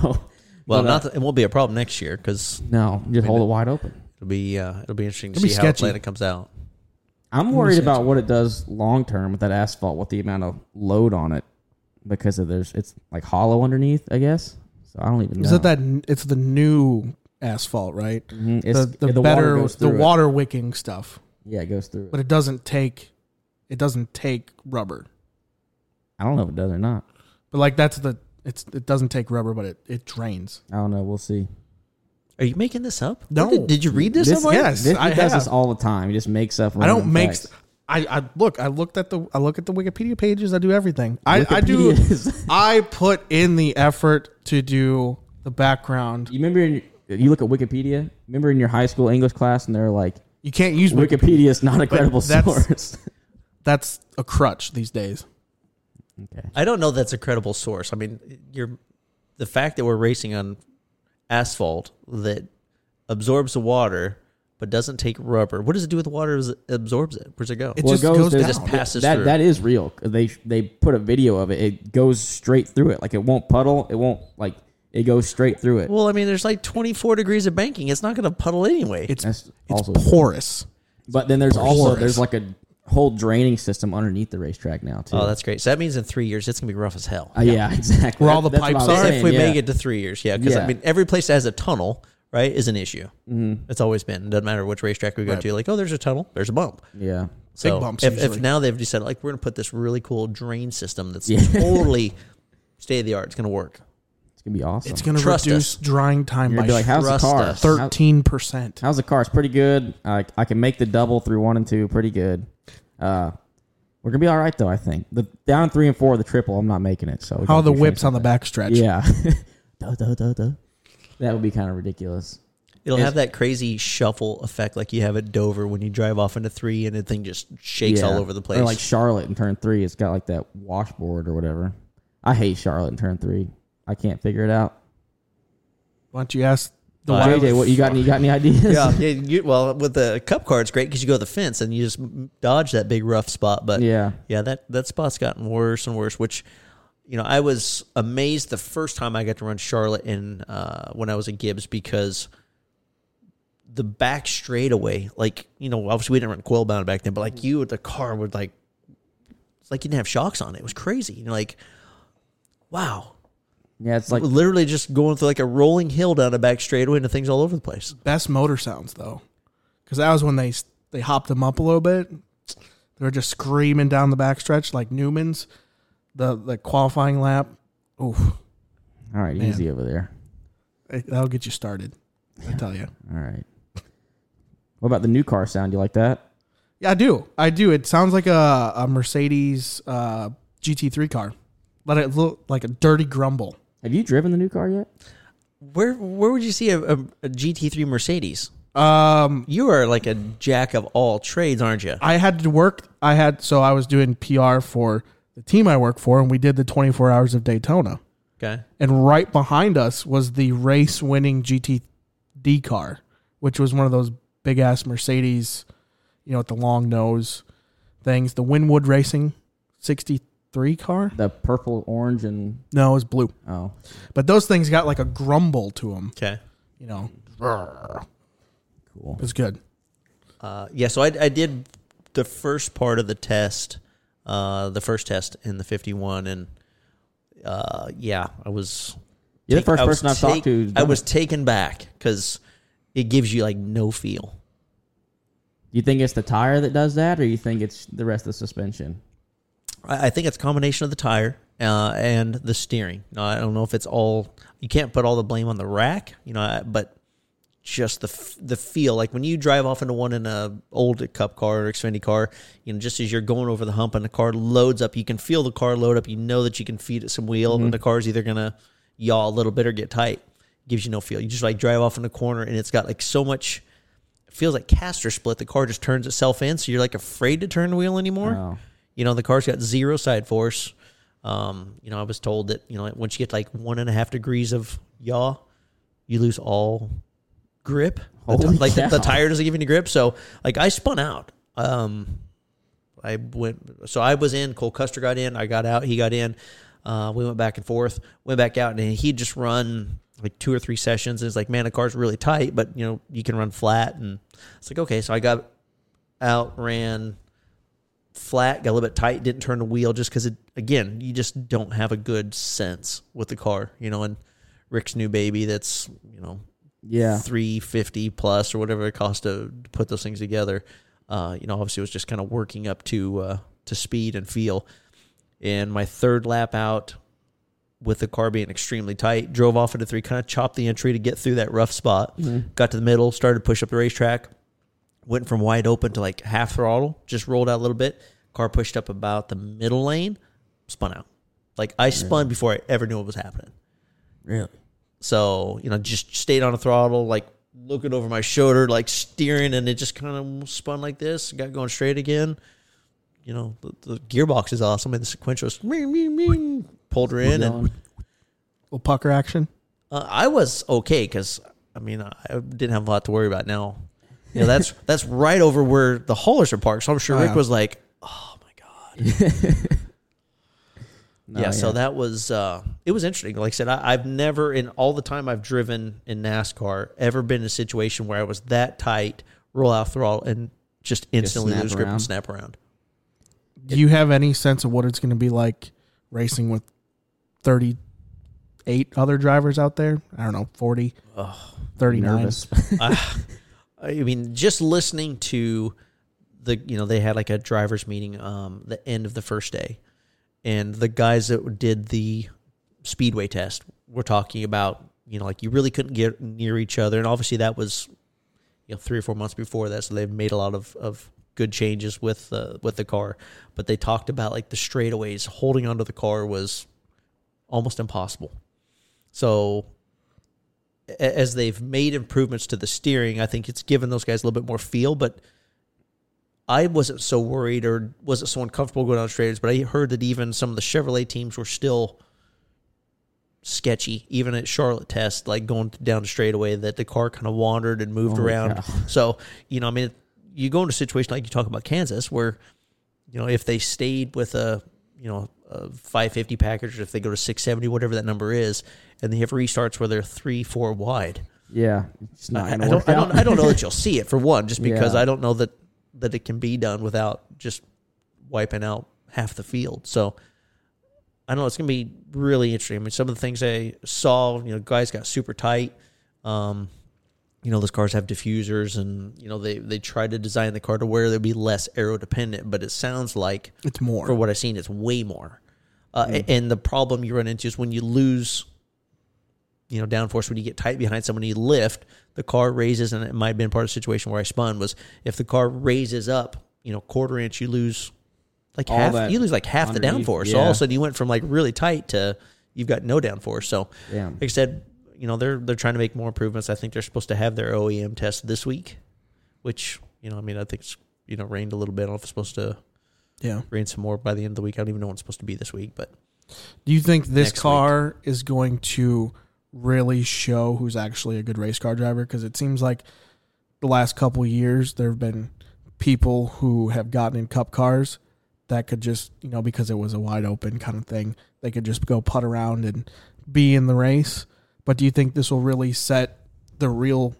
well,
But, uh,
not that, it won't be a problem next year because
no, just hold it wide open.
it'll be uh, it'll be interesting to
It'll be
see how
sketchy.
Atlanta comes out.
I'm worried about what it does long term with that asphalt, with the amount of load on it. because of there's it's like hollow underneath, I guess. So I don't even know.
Is it that n- it's the new asphalt, right?
Mhm, it's-
the the,
water
better
goes
the
through it.
water wicking stuff,
Yeah, it goes through.
but
It.
it doesn't take it doesn't take rubber.
I don't know if it does or not.
But like that's the it's it doesn't take rubber, but it it drains.
I don't know. We'll see.
Are you making this up?
No.
Did, did you read this, somewhere?
yes,
this, he
I
does this
have.
all the time. He just makes up.
I don't
random
make.
facts.
s- I, I look. I looked at the. I look at the Wikipedia pages. I do everything. I, I do.
Wikipedia is-
I put in the effort to do the background.
You remember? In, you look at Wikipedia. Remember in your high school English class, and they're like,
You can't use Wikipedia.
Wikipedia is not a credible
that's-
source.
That's a crutch these days.
okay.
I don't know. That's a credible source. I mean, you're the fact that we're racing on asphalt that absorbs the water but doesn't take rubber. What does it do with the water? Is it absorbs it? Where's it go?
It
Well, it
just
goes-
goes,
there's
down.
this
just passes
that
through.
that is real. They they put a video of it. It goes straight through it. Like it won't puddle. It won't like it goes straight through it.
well, I mean, there's like 24 degrees of banking. It's not going to puddle anyway.
it's
That's
it's
also-
porous.
but then there's also
porous.
there's like a whole draining system underneath the racetrack now too.
oh, that's great. So that means in three years, it's going to be rough as hell.
Uh, yeah, exactly.
Where all the
That's what I
pipes
was
are.
saying,
if we
yeah.
make it to three years, yeah, because
Yeah.
I mean, every place that has a tunnel, right, is an issue. Mm-hmm. It's always been. doesn't matter which racetrack we go to. Like, oh, there's a tunnel. There's a bump.
Yeah.
So
bumps
if, if
usually.
now they've decided like we're gonna put this really cool drain system that's totally state of the art, it's gonna work.
It's gonna be awesome.
It's going to
Trust
reduce
us.
drying time
You're gonna
by
be like, how's the
trust
car?
us.
How-
thirteen percent.
How's the car? It's pretty good. I I can make the double through one and two pretty good. Uh, we're gonna be all right though. I think the down three and four, the triple, I'm not making it. So we
How
gotta
the
do
whips on the
something.
back stretch?
Yeah. duh, duh, duh, duh. That would be kind of ridiculous.
It'll have that crazy shuffle effect like you have at Dover when you drive off into three and the thing just shakes all
Yeah.
over the place.
Or like Charlotte in turn three, it's got like that washboard or whatever. I hate Charlotte in turn three. I can't figure it out.
Why don't you ask the
Uh,
wireless-
JJ, what you got? Any, you got any ideas?
yeah, yeah you, well, with the cup car, it's great because you go to the fence and you just m- dodge that big rough spot. But
Yeah.
yeah, that that spot's gotten worse and worse. Which, you know, I was amazed the first time I got to run Charlotte in uh, when I was in Gibbs because the back straightaway, like you know, obviously we didn't run coil bound back then, but like you, the car would like, it's like you didn't have shocks on it. It was crazy. You know, like, wow.
Yeah, it's like
Literally just going through like a rolling hill down a back straightaway into things all over the place.
best motor sounds though, because that was when they they hopped them up a little bit. They were just screaming down the backstretch like Newman's, the the qualifying lap. Oof,
all right, easy over there.
it- that'll get you started. I tell you.
All right. What about the new car sound? You like that?
Yeah, I do. I do. It sounds like a, a Mercedes uh, GT3 car. Let it look like a dirty grumble.
Have you driven the new car yet?
Where where would you see a, a, a GT3 Mercedes?
Um,
You are like a jack of all trades, aren't you?
I had to work. I had so I was doing PR for the team I work for, and we did the 24 hours of Daytona.
Okay.
and right behind us was the race winning GTD car, which was one of those big ass Mercedes, you know, with the long nose things. The Winwood Racing 63 car?
The purple, orange, and
No, it was blue.
oh,
But those things got like a grumble to them,
Okay.
you know.
cool.
It was good.
Uh, yeah. So I, I did the first part of the test, uh, the first test in the 51, and uh, yeah, I was.
You're the first
was
person I've talked to who's
I
done
was taken back because it gives you like no feel.
You think it's the tire that does that, or you think it's the rest of the suspension?
I, I think it's a combination of the tire uh, and the steering. Now, I don't know if it's all. You can't put all the blame on the rack, you know, I- but just the f- the feel like when you drive off into one in a old cup car or Xfinity car, you know, just as you're going over the hump and the car loads up, you can feel the car load up. You know that you can feed it some wheel, and the car's either gonna yaw a little bit or get tight. Gives you no feel. You just like drive off in the corner, and it's got like so much. It feels like caster split. The car just turns itself in, so you're like afraid to turn the wheel anymore.
Oh.
You know, the car's got zero side force. Um, you know, I was told that you know once you get like one and a half degrees of yaw, you lose all grip. The t-
Holy
like the, the
cow.
tire doesn't give you any grip. So like I spun out. Um, I went. So I was in. Cole Custer got in. I got out. He got in. Uh, we went back and forth. Went back out, and he would just run like two or three sessions. And it's like, man, the car's really tight, but you know you can run flat. And it's like, okay. So I got out, ran flat, got a little bit tight, didn't turn the wheel just because, again, you just don't have a good sense with the car, you know. And Rick's new baby that's, you know,
Yeah.
350 plus or whatever it cost to put those things together. Uh, you know, obviously it was just kind of working up to uh, to speed and feel. And my third lap out with the car being extremely tight, drove off into three, kind of chopped the entry to get through that rough spot. Got to the middle, started to push up the racetrack, went from wide open to like half throttle, just rolled out a little bit. Car pushed up about the middle lane, spun out. Like I spun before I ever knew what was happening.
Really?
So, you know, just stayed on a throttle, like looking over my shoulder, like steering, and it just kind of spun like this, got going straight again. You know, the, the gearbox is awesome, and the sequential is meow, meow, meow, pulled her in, and
little pucker action.
uh, I was okay because I mean I I didn't have a lot to worry about now. You know, that's that's right over where the haulers are parked, so I'm sure Rick was like, "Oh my god."
No,
yeah, so
yeah.
that was uh, it was interesting. Like I said, I, I've never in all the time I've driven in NASCAR ever been in a situation where I was that tight, roll out throttle, and just instantly
snap
lose grip
around.
and snap around.
Do you have any sense of what it's going to be like racing with 38 other drivers out there? I don't know, 40, 39.
nervous.
I mean, just listening to the you know they had like a drivers meeting um the end of the first day, and the guys that did the speedway test were talking about you know like you really couldn't get near each other, and obviously that was you know three or four months before that, so they've made a lot of of good changes with the with the car, but they talked about like the straightaways holding onto the car was almost impossible. So a- as they've made improvements to the steering, I think it's given those guys a little bit more feel. But I wasn't so worried or wasn't so uncomfortable going on straights. But I heard that even some of the Chevrolet teams were still sketchy, even at Charlotte Test, like going down the straightaway, that the car kind of wandered and moved
Holy
around.
cow.
So you know, I mean, you go into a situation like you talk about Kansas, where you know if they stayed with a you know a 550 package, or if they go to 670, whatever that number is, and they have restarts where they're three, four wide.
yeah. It's not
I, I
gonna
don't,
work
I don't,
out.
I don't know that you'll see it for one, just because
Yeah.
I don't know that that it can be done without just wiping out half the field. So I don't know it's going to be really interesting. I mean, some of the things I saw, you know, guys got super tight. Um, you know, those cars have diffusers, and you know they they try to design the car to where they'd be less aero dependent. But it sounds like
It's more.
for what I've seen, it's way more. Uh,
Hmm.
a- And the problem you run into is when you lose, you know, downforce when you get tight behind someone, you lift the car raises, and it might have been part of the situation where I spun was if the car raises up, you know, quarter inch, you lose like
All
half,
that
you lose like half the
underneath,
downforce. So all
yeah.
of a sudden you went from like really tight to you've got no downforce. So
Damn.
like I said, you know, they're they're trying to make more improvements. I think they're supposed to have their OEM test this week, which you know, I mean, I think it's you know rained a little bit. I don't know if it's supposed to
Yeah.
rain some more by the end of the week. I don't even know when it's supposed to be this week, but
Do you think this
Next
car is going to really show who's actually a good race car driver? Because it seems like the last couple of years there have been people who have gotten in cup cars that could just you know because it was a wide open kind of thing they could just go putt around and be in the race. But do you think this will really set the real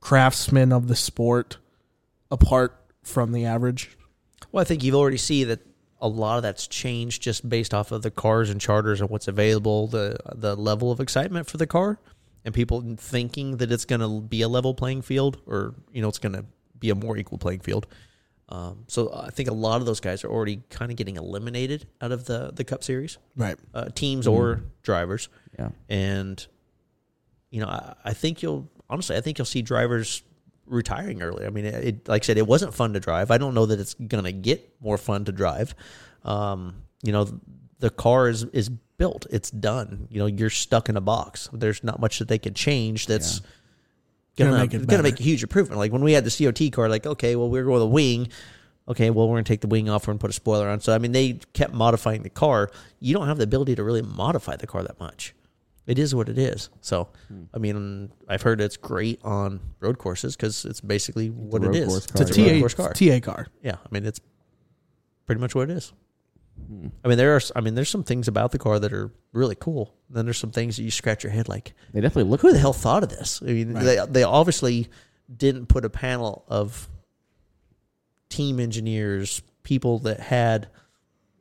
craftsmen of the sport apart from the average?
well, I think you've already see that a lot of that's changed just based off of the cars and charters and what's available, the the level of excitement for the car, and people thinking that it's going to be a level playing field or you know it's going to be a more equal playing field. Um, so I think a lot of those guys are already kind of getting eliminated out of the the Cup Series.
Right.
uh, teams or drivers.
Yeah.
And you know, I, I think you'll honestly, I think you'll see drivers retiring early. I mean, it, it like I said, it wasn't fun to drive. I don't know that it's gonna get more fun to drive. Um, you know, the car is is built. It's done. You know, you're stuck in a box. There's not much that they could change. That's
Gonna
gonna
make
make
it
gonna
better.
make a huge improvement. Like when we had the COT car, like okay, well we're going with a wing. Okay, well we're gonna take the wing off. We're gonna put a spoiler on. So I mean, they kept modifying the car. You don't have the ability to really modify the car that much. It is what it is. So
Hmm.
I mean, I've heard it's great on road courses because it's basically what it
road
is.
course
It's
car,
a
right?
road
TA
course car.
TA car.
Yeah, I mean it's pretty much what it is.
Hmm.
I mean there are I mean there's some things about the car that are really cool. Then there's some things that you scratch your head like,
They definitely look
who the hell thought of this? I mean, they they obviously didn't put a panel of team engineers, people that had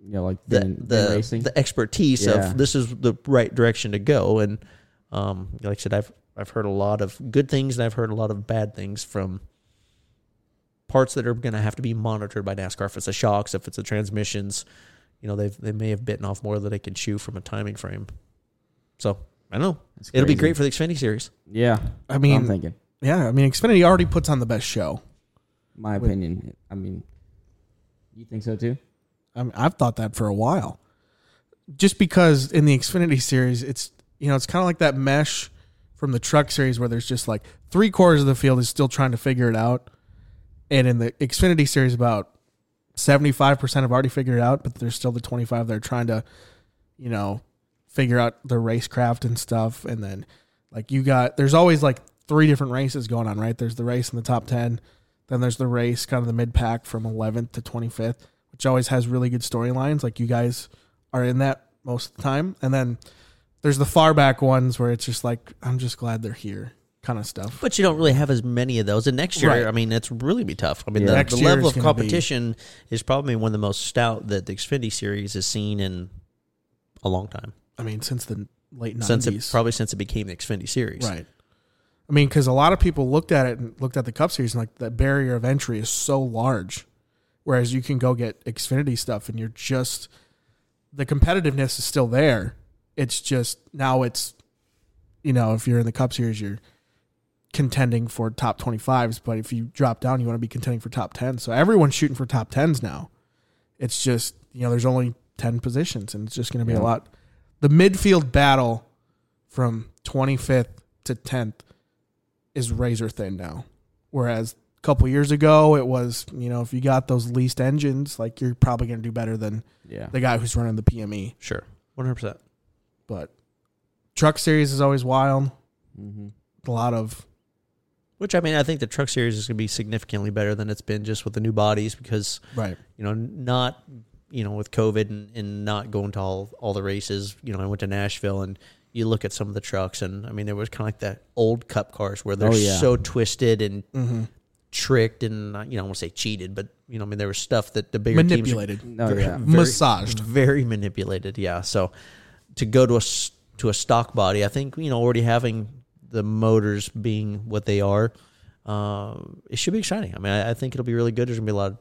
you know, like
the
then, then
the,
racing.
the expertise
Yeah.
of this is the right direction to go. And um, like I said, I've I've heard a lot of good things and I've heard a lot of bad things from parts that are going to have to be monitored by NASCAR. If it's the shocks, if it's the transmissions, you know, they've they may have bitten off more than they can chew from a timing frame. So I don't know.
That's
It'll be
crazy.
great for the Xfinity series.
yeah,
I mean,
I'm thinking.
yeah, I mean, Xfinity already puts on the best show.
My opinion. I mean, you think so too?
I mean, I've thought that for a while. Just because in the Xfinity series, it's you know it's kind of like that mesh from the truck series where there's just like three quarters of the field is still trying to figure it out, and in the Xfinity series, about seventy five percent have already figured it out, but there's still the twenty five that are trying to, you know, figure out their racecraft and stuff, and then like you got there's always like three different races going on, right? There's the race in the top ten, then there's the race kind of the mid pack from 11th to 25th, which always has really good storylines. Like you guys are in that most of the time, and then there's the far back ones where it's just like I'm just glad they're here kind of stuff.
But you don't really have as many of those. And next year,
Right.
I mean, it's really be tough. I mean,
Yeah.
the,
Next
the
year
level
is
of
gonna be-
competition is probably one of the most stout that the Xfinity series has seen in a long time
I mean, since the late 90s,
since it probably since it became the Xfinity series.
right? I mean, because a lot of people looked at it and looked at the Cup Series and like the barrier of entry is so large, whereas you can go get Xfinity stuff and you're just the competitiveness is still there. It's just now it's you know if you're in the Cup Series you're contending for top 25s, but if you drop down you want to be contending for top 10. So everyone's shooting for top 10s now. It's just you know there's only 10 positions and it's just going to be
Yeah.
a lot. The midfield battle from 25th to 10th is razor thin now. Whereas a couple years ago, it was, you know, if you got those leased engines, like you're probably going to do better than
Yeah.
the guy who's running the PME.
Sure. 100%.
But truck series is always wild.
hmm
A lot of,
Which, I mean, I think the truck series is going to be significantly better than it's been just with the new bodies because,
right.
you know, not, you know, with COVID and, and not going to all, all the races. You know, I went to Nashville and you look at some of the trucks and, I mean, there was kind of like that old cup cars where they're
Oh, yeah. Mm-hmm.
so twisted and
hmm
tricked and uh, you know I won't say cheated, but you know I mean there was stuff that the bigger
Manipulated,
teams
Oh, yeah.
massaged.
very manipulated. Yeah, so to go to a s- to a stock body, I think you know already having the motors being what they are, uh, it should be exciting. I mean, I, I think it'll be really good. There's gonna be a lot of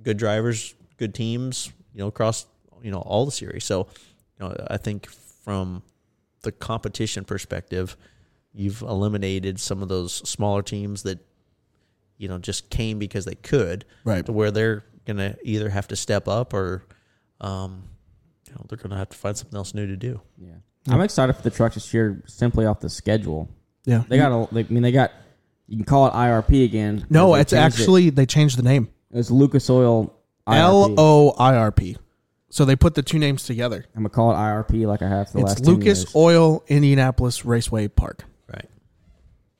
good drivers, good teams, you know, across you know all the series. So you know, I think from the competition perspective, you've eliminated some of those smaller teams that you know just came because they could
Right.
to where they're gonna either have to step up or um you know, they're gonna have to find something else new to do
Yeah. I'm excited for the trucks this year simply off the schedule.
Yeah.
They got a, they, I mean, they got, you can call it IRP again.
no,
They
it's
changed it.
actually, they changed the name
It's Lucas Oil
L
IRP.
O I R P. So they put the two names together.
I'm gonna call it IRP like I have for the
It's
last 10
Lucas
years.
Oil Indianapolis Raceway Park.
right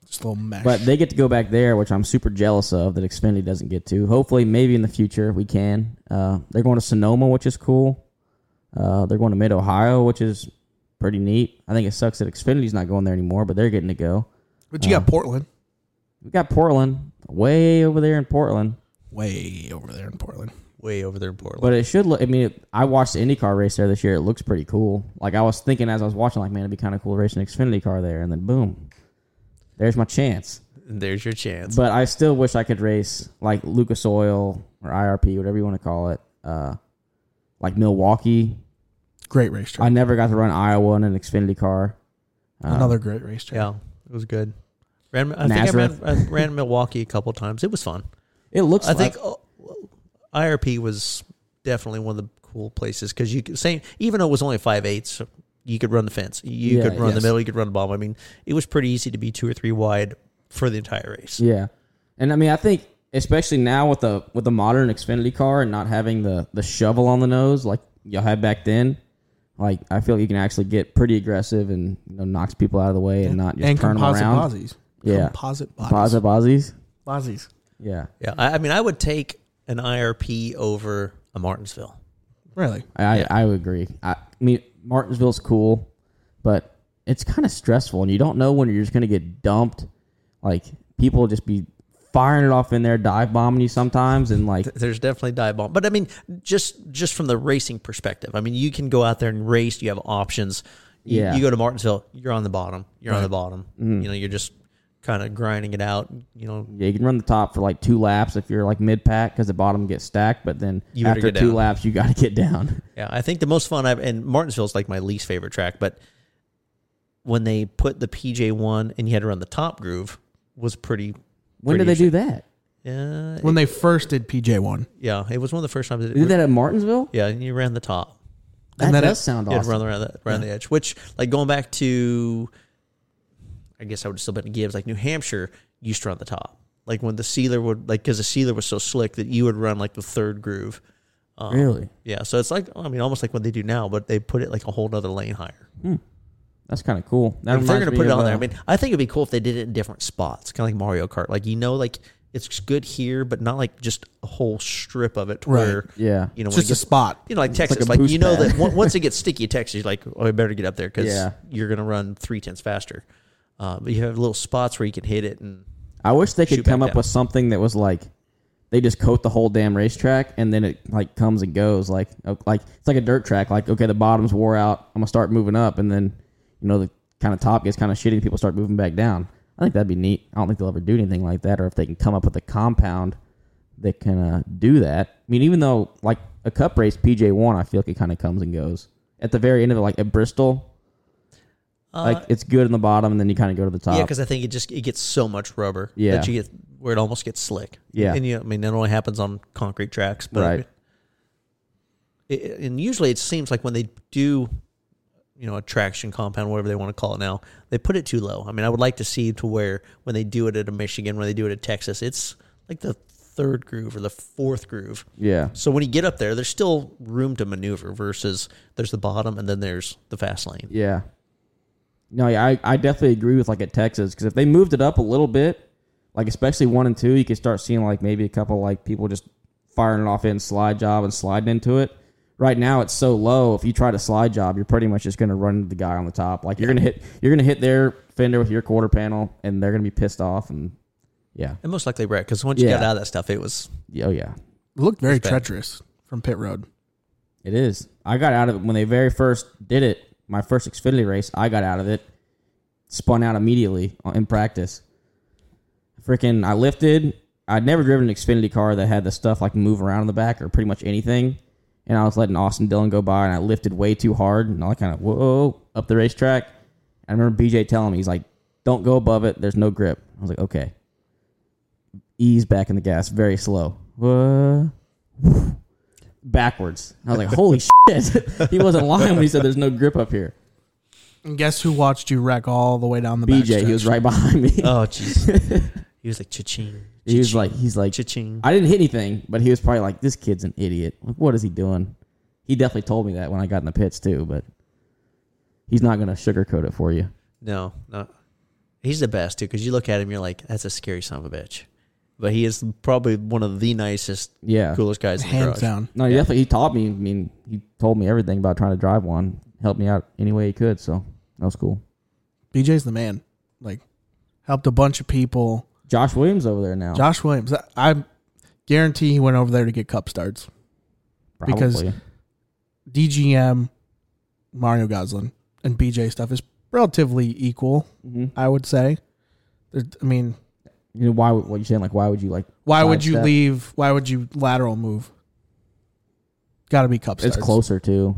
Just a little mesh.
But they get to go back there, which I'm super jealous of that Xfinity doesn't get to. Hopefully, maybe in the future we can. Uh, they're going to Sonoma, which is cool. Uh, they're going to Mid Ohio, which is pretty neat. I think it sucks that Xfinity's not going there anymore, but they're getting to go.
but
uh,
you got Portland
We got Portland way over there in Portland,
way over there in Portland.
way over there in Portland.
but it should look. I mean, it, I watched the IndyCar race there this year. It looks pretty cool. Like I was thinking as I was watching, like man, it'd be kind of cool racing an Xfinity car there, and then boom, there's my chance.
There's your chance.
But I still wish I could race like Lucas Oil or IRP, whatever you want to call it. Uh, like Milwaukee.
Great racetrack.
I uh, never got to run Iowa in an Xfinity car. Um,
Another great racetrack.
yeah, it was good. Ran, I
Nazareth.
think I ran, I ran Milwaukee a couple times. It was fun.
It looks
I
like
think oh, IRP was definitely one of the cool places because you could same even though it was only five eighths, you could run the fence. You
Yeah,
could run the
yes.
middle. You could run the bottom. I mean, it was pretty easy to be two or three wide for the entire race.
yeah. And I mean, I think especially now with the with the modern Xfinity car and not having the the shovel on the nose like y'all had back then, like I feel you can actually get pretty aggressive and you know knocks people out of the way and not just
and
turn them
composite
around.
Bozzies.
Yeah.
Composite bodies.
Composite Bozzies.
Bozzies.
Yeah.
Yeah, I, I mean, I would take an IRP over a Martinsville.
Really?
I I would agree. I, I mean, Martinsville's cool, but it's kind of stressful, and you don't know when you're just going to get dumped. Like people just be firing it off in there, dive bombing you sometimes, and like
There's definitely dive bomb, but I mean, just just from the racing perspective, I mean, you can go out there and race. You have options. You,
Yeah. Mm-hmm.
you go to Martinsville, you're on the bottom. You're on the bottom. You know, you're just kind of grinding it out. You know,
yeah, you can run the top for like two laps if you're like mid pack because the bottom gets stacked, but then
You better
after
get
two
down.
laps you got to get down.
Yeah, I think the most fun I've and Martinsville's like my least favorite track, but when they put the PJ one and you had to run the top groove was pretty.
When did
pretty
they do that?
Yeah,
When they first did PJ one,
yeah, it was one of the first times. That
They did that at Martinsville.
Yeah, and you ran the top.
That
And then
does
it-
sound
You had to
awesome.
run around the around the edge, which like going back to, I guess I would have still been to Gibbs. Like New Hampshire used to run the top. Like when the sealer would like because the sealer was so slick that you would run like the third groove. Um,
Really,
Yeah, so it's like I mean almost like what they do now, but they put it like a whole other lane higher.
that's kind of cool. That
If they're
reminds
gonna
me
put it
of,
on there,
uh,
I mean, I think it'd be cool if they did it in different spots, kind of like Mario Kart. Like you know, like it's good here, but not like just a whole strip of it. To
Right.
Where
Yeah.
you know,
it's
when it
just a
gets-
spot.
You know, like Texas,
a
like,
boost
you know
pad.
that on- once it gets sticky, Texas, you're like, oh, I better get up there because
Yeah.
you're gonna run three tenths faster. Uh, but you have little spots where you can hit it, and
I wish they
Shoot
could
back
come up
down.
with something that was like they just coat the whole damn racetrack and then it like comes and goes like oh, like it's like a dirt track like okay the bottoms wore out I'm gonna start moving up and then you know the kind of top gets kind of shitty and people start moving back down I think that'd be neat I don't think they'll ever do anything like that or if they can come up with a compound that can uh, do that I mean even though like a cup race PJ one I feel like it kind of comes and goes at the very end of it like at Bristol
uh,
like it's good in the bottom and then you kind of go to the top
yeah, because I think it just it gets so much rubber
Yeah.
that you get where it almost gets slick.
Yeah.
and you know, I mean that only happens on concrete tracks, but
right
it, and usually it seems like when they do you know a traction compound whatever they want to call it now they put it too low i mean i would like to see to where when they do it at a michigan when they do it at texas it's like the third groove or the fourth groove
yeah
so when you get up there there's still room to maneuver versus there's the bottom and then there's the fast lane
Yeah. No, yeah, I, I definitely agree with like at Texas because if they moved it up a little bit, like especially one and two, you could start seeing like maybe a couple like people just firing it off in slide job and sliding into it. Right now it's so low. If you try to slide job, you're pretty much just gonna run into the guy on the top. Like you're gonna hit you're gonna hit their fender with your quarter panel, and they're gonna be pissed off. And yeah,
and most likely right because once you got
Yeah.
out of that stuff it was
Yeah, oh yeah,
It looked very
bad.
treacherous from pit road.
It is. I got out of it when they very first did it. My first Xfinity race, I got out of it, spun out immediately on- in practice. Freaking, I lifted. I'd never driven an Xfinity car that had the stuff like move around in the back or pretty much anything. And I was letting Austin Dillon go by, and I lifted way too hard, and I kind of whoa up the racetrack. I remember BJ telling me, he's like, "Don't go above it. There's no grip." I was like, "Okay." Ease back in the gas, very slow. Whoa backwards. I was like, holy shit. he wasn't lying when he said there's no grip up here.
And guess who watched you wreck all the way down the
BJ, he was right behind me.
Uh,
oh jeez he was like cha-ching
he was like, he's like,
cha-ching
I didn't hit anything, but he was probably like, this kid's an idiot. Like, what is he doing? He definitely told me that when I got in the pits too, but he's not going to sugarcoat it for you.
No, no. He's the best too, because you look at him, you're like, that's a scary son of a bitch. But he is probably one of the nicest,
Yeah.
coolest guys in the
hands
garage.
down.
No, he definitely, he taught me. I mean, he told me everything about trying to drive one, helped me out any way he could. So that was cool.
BJ's the man. Like helped a bunch of people.
Josh Williams over there now.
Josh Williams. I- I guarantee he went over there to get cup starts.
probably.
because- DGM, Mario Goslin, and BJ stuff is relatively equal.
Mhm.
I would say. There- I mean,
you know, why, would- what you saying? Like, why would you like,
why would you
Sidestep.
leave? Why would you lateral move? Got to be cup starts.
it's closer too.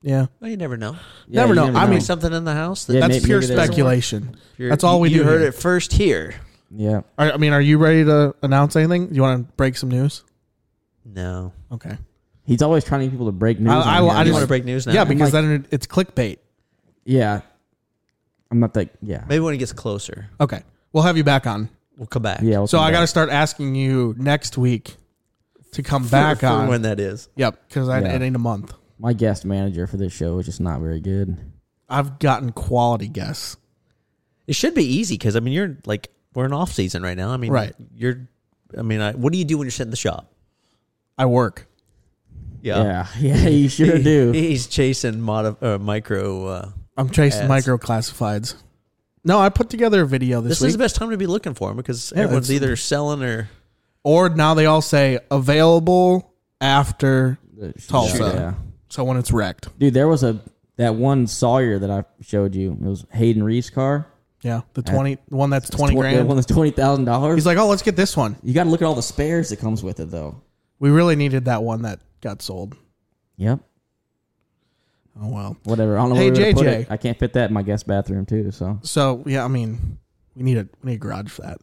Yeah,
Well, you never know.
Yeah,
Never
you
know. I
I
mean-
mean, something in the house. That
Yeah,
that's
maybe-
pure
maybe there's-
speculation.
you're-
that's all we
you
do
heard
here.
it first here.
yeah.
Are- I mean, are you ready to announce anything? You want to break some news?
No,
Okay.
He's always trying to get people to break news.
I-
on
I-
him.
I
you
just-
want to break news now.
Yeah, because then it- it's clickbait.
yeah. I'm not that. Yeah.
maybe when it gets closer,
Okay, we'll have you back on.
we'll come back.
Yeah. we'll
so
come
I
back.
got to start asking you next week to come
For-
back
for
on.
when that is.
Yep, because
Yeah.
it ain't a month.
my guest manager for this show is just not very good.
I've gotten quality guests.
It should be easy because I mean, you're like we're in off season right now. I mean,
Right.
You're. I mean, I, what do you do when you're sitting in the shop?
I work.
Yeah. Yeah. You sure do.
He's chasing mod- uh, micro. Uh,
I'm chasing
Ads.
micro classifieds. No, I put together a video this,
This
week.
is the best time to be looking for them because everyone's
it's-
either selling or
or now they all say available after Tulsa.
Shootout, Yeah.
So when it's wrecked.
Dude, there was a that one Sawyer that I showed you. It was Hayden Reese's car.
Yeah. The twenty the one that's twenty
Tw- The
grand.
one that's twenty thousand dollars.
He's like, oh, let's get this one.
You got to look at all the spares that comes with it, though.
We really needed that one that got sold.
Yep.
Oh well.
Whatever. I don't know
Hey,
where to put
JJ.
it. I can't fit that in my guest bathroom too. So
So yeah, I mean, we need a we need a garage for that.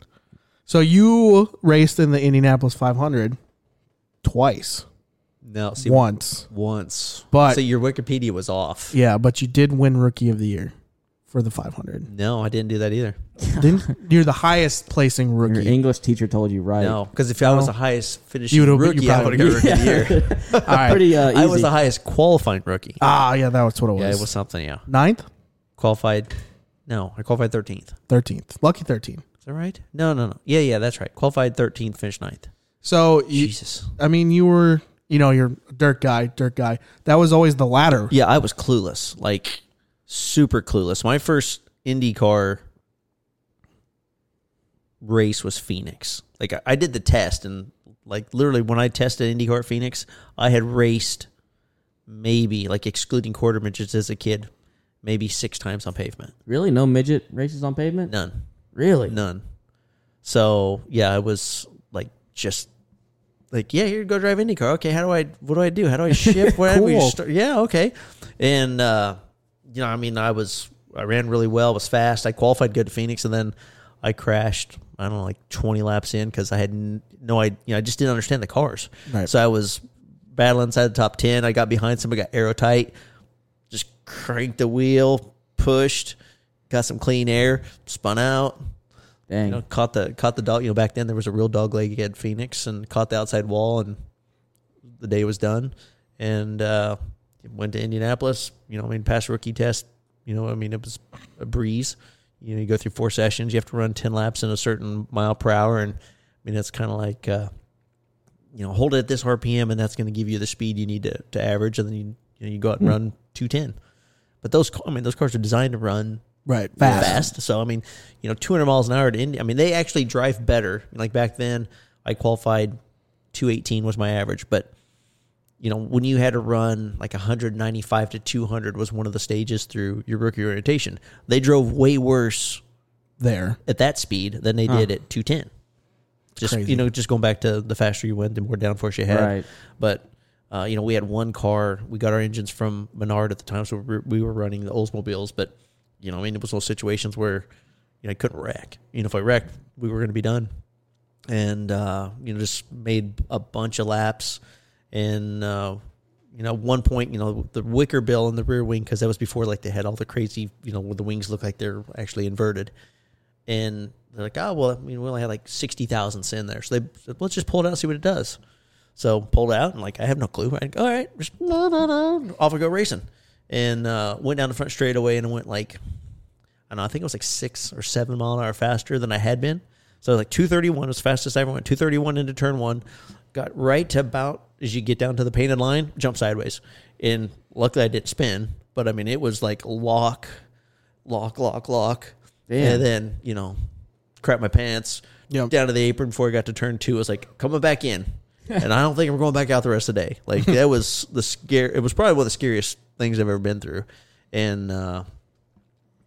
So you raced in the Indianapolis 500 twice,
no. See,
once.
once.
But-
so your Wikipedia was off.
Yeah, but you did win Rookie of the Year for the 500.
No, I didn't do that either.
Didn't you're the highest placing
your
rookie?
English teacher told you right.
No, because if I was the highest finishing
You would've- you
rookie, I
probably
would have got rookie of the year.
All right.
Pretty uh, easy.
I was the highest qualifying rookie.
ah, yeah, that's what it was.
yeah, it was something. Yeah,
ninth,
qualified. No, I qualified thirteenth.
thirteenth, lucky thirteen.
Is that right? No, no, no. Yeah, yeah, that's right. Qualified thirteenth, finished ninth.
So you,
Jesus.
I mean, you were you know you're a dirt guy, dirt guy. That was always the ladder.
Yeah, I was clueless, like super clueless. My first IndyCar race was Phoenix. Like I, I did the test, and like literally when I tested IndyCar at Phoenix, I had raced maybe like excluding quarter midgets as a kid, maybe six times on pavement.
really no midget races on pavement.
None.
Really?
None. So yeah, I was like just like yeah, here go drive IndyCar. Okay, how do I? What do I do? How do I shift? Where do we
Cool.
start? Yeah, okay. And uh, you know, I mean, I was I ran really well. Was fast. I qualified good to Phoenix, and then I crashed. I don't know, like twenty laps in because I had n- no, I you know, I just didn't understand the cars.
Right.
So I was battling inside the top ten. I got behind somebody, got aero tight just cranked the wheel, pushed, got some clean air, spun out,
Dang.
you know, caught the caught the dog. You know, back then there was a real dog leg against Phoenix, and caught the outside wall, and the day was done. And uh, went to Indianapolis. You know, I mean, passed rookie test. You know, I mean, it was a breeze. You know, you go through four sessions. You have to run ten laps in a certain mile per hour, and I mean, that's kind of like. Uh, you know, hold it at this RPM, and that's going to give you the speed you need to, to average, and then you you, know, you go out and run two ten. But those, ca- I mean, those cars are designed to run
Right, fast.
fast. So I mean, you know, 200 miles an hour to India. I mean, they actually drive better. Like back then, I qualified 218 was my average, but you know, when you had to run like 195 to 200 was one of the stages through your rookie orientation. They drove way worse
there.
at that speed than they did at 210. Just
crazy.
you know, just going back to the faster you went, the more downforce you had.
Right.
But uh, you know, we had one car. We got our engines from Menard at the time, so we were, we were running the Oldsmobiles. But you know, I mean, it was those situations where you know I couldn't wreck. You know, if I wrecked, we were going to be done. And uh, you know, just made a bunch of laps. And uh, you know, at one point, you know, the wicker bill in the rear wing because that was before like they had all the crazy. You know, where the wings look like they're actually inverted and they're like, oh well, I mean, we only had like sixty thousandths in there, so they said, let's just pull it out and see what it does. So pulled out and like I have no clue. I go, all right, just blah, blah, blah, off I go racing, and uh, went down the front straightaway and went like, I don't know, I think it was like six or seven mile an hour faster than I had been. So like two thirty one was fastest I ever went. Two thirty one into turn one, got right to about as you get down to the painted line, jump sideways, and luckily I didn't spin. But I mean, it was like lock, lock, lock, lock,
Damn.
and then you know, crap my pants.
Yep.
Down to the apron before I got to turn two. I was like, coming back in. and I don't think I'm going back out the rest of the day. Like that was the scare it was probably one of the scariest things I've ever been through. And uh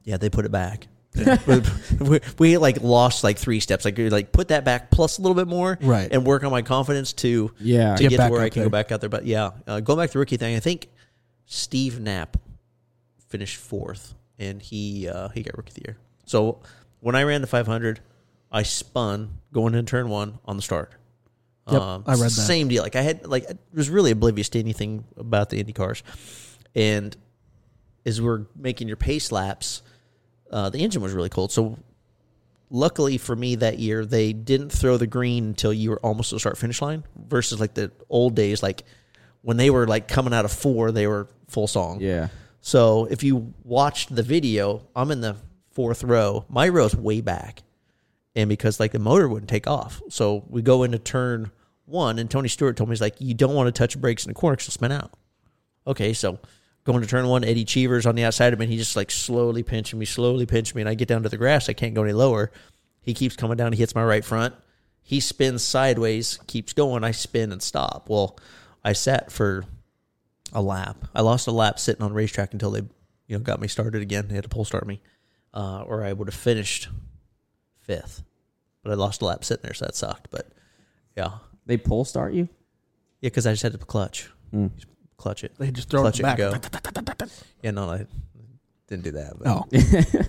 yeah, they put it back. we, we like lost like three steps. Like you're like put that back plus a little bit more,
Right.
And work on my confidence to
Yeah.
to
Get
get,
back
to where
up
I can
there.
go back out there. But yeah, uh, going back to the rookie thing, I think Steve Knapp finished fourth, and he uh, he got rookie of the year. So when I ran the 500, I spun going into turn one on the start. Um,
Yep, I read that.
Same deal. Like I had like I was really oblivious to anything about the Indy cars, and as we're making your pace laps, uh, the engine was really cold. So luckily for me that year, they didn't throw the green until you were almost to the start finish line versus like the old days, like when they were like coming out of four, they were full song.
Yeah.
So if you watched the video, I'm in the fourth row. My row's way back. And because like the motor wouldn't take off. So we go into turn one and Tony Stewart told me he's like, you don't want to touch brakes in the corner because you'll spin out. Okay, so going to turn one. Eddie Cheever's on the outside of me. And he just like slowly pinching me, slowly pinching me. And I get down to the grass. I can't go any lower. He keeps coming down. He hits my right front. He spins sideways, keeps going. I spin and stop. Well, I sat for a lap. I lost a lap sitting on racetrack until they, you know, got me started again. They had to pole start me, uh, or I would have finished fifth. But I lost a lap sitting there, so that sucked. But yeah,
They pole start you?
yeah, because I just had to clutch,
Mm.
Just clutch it.
They just throw
clutch
it back.
and go. yeah, no, I didn't do that. But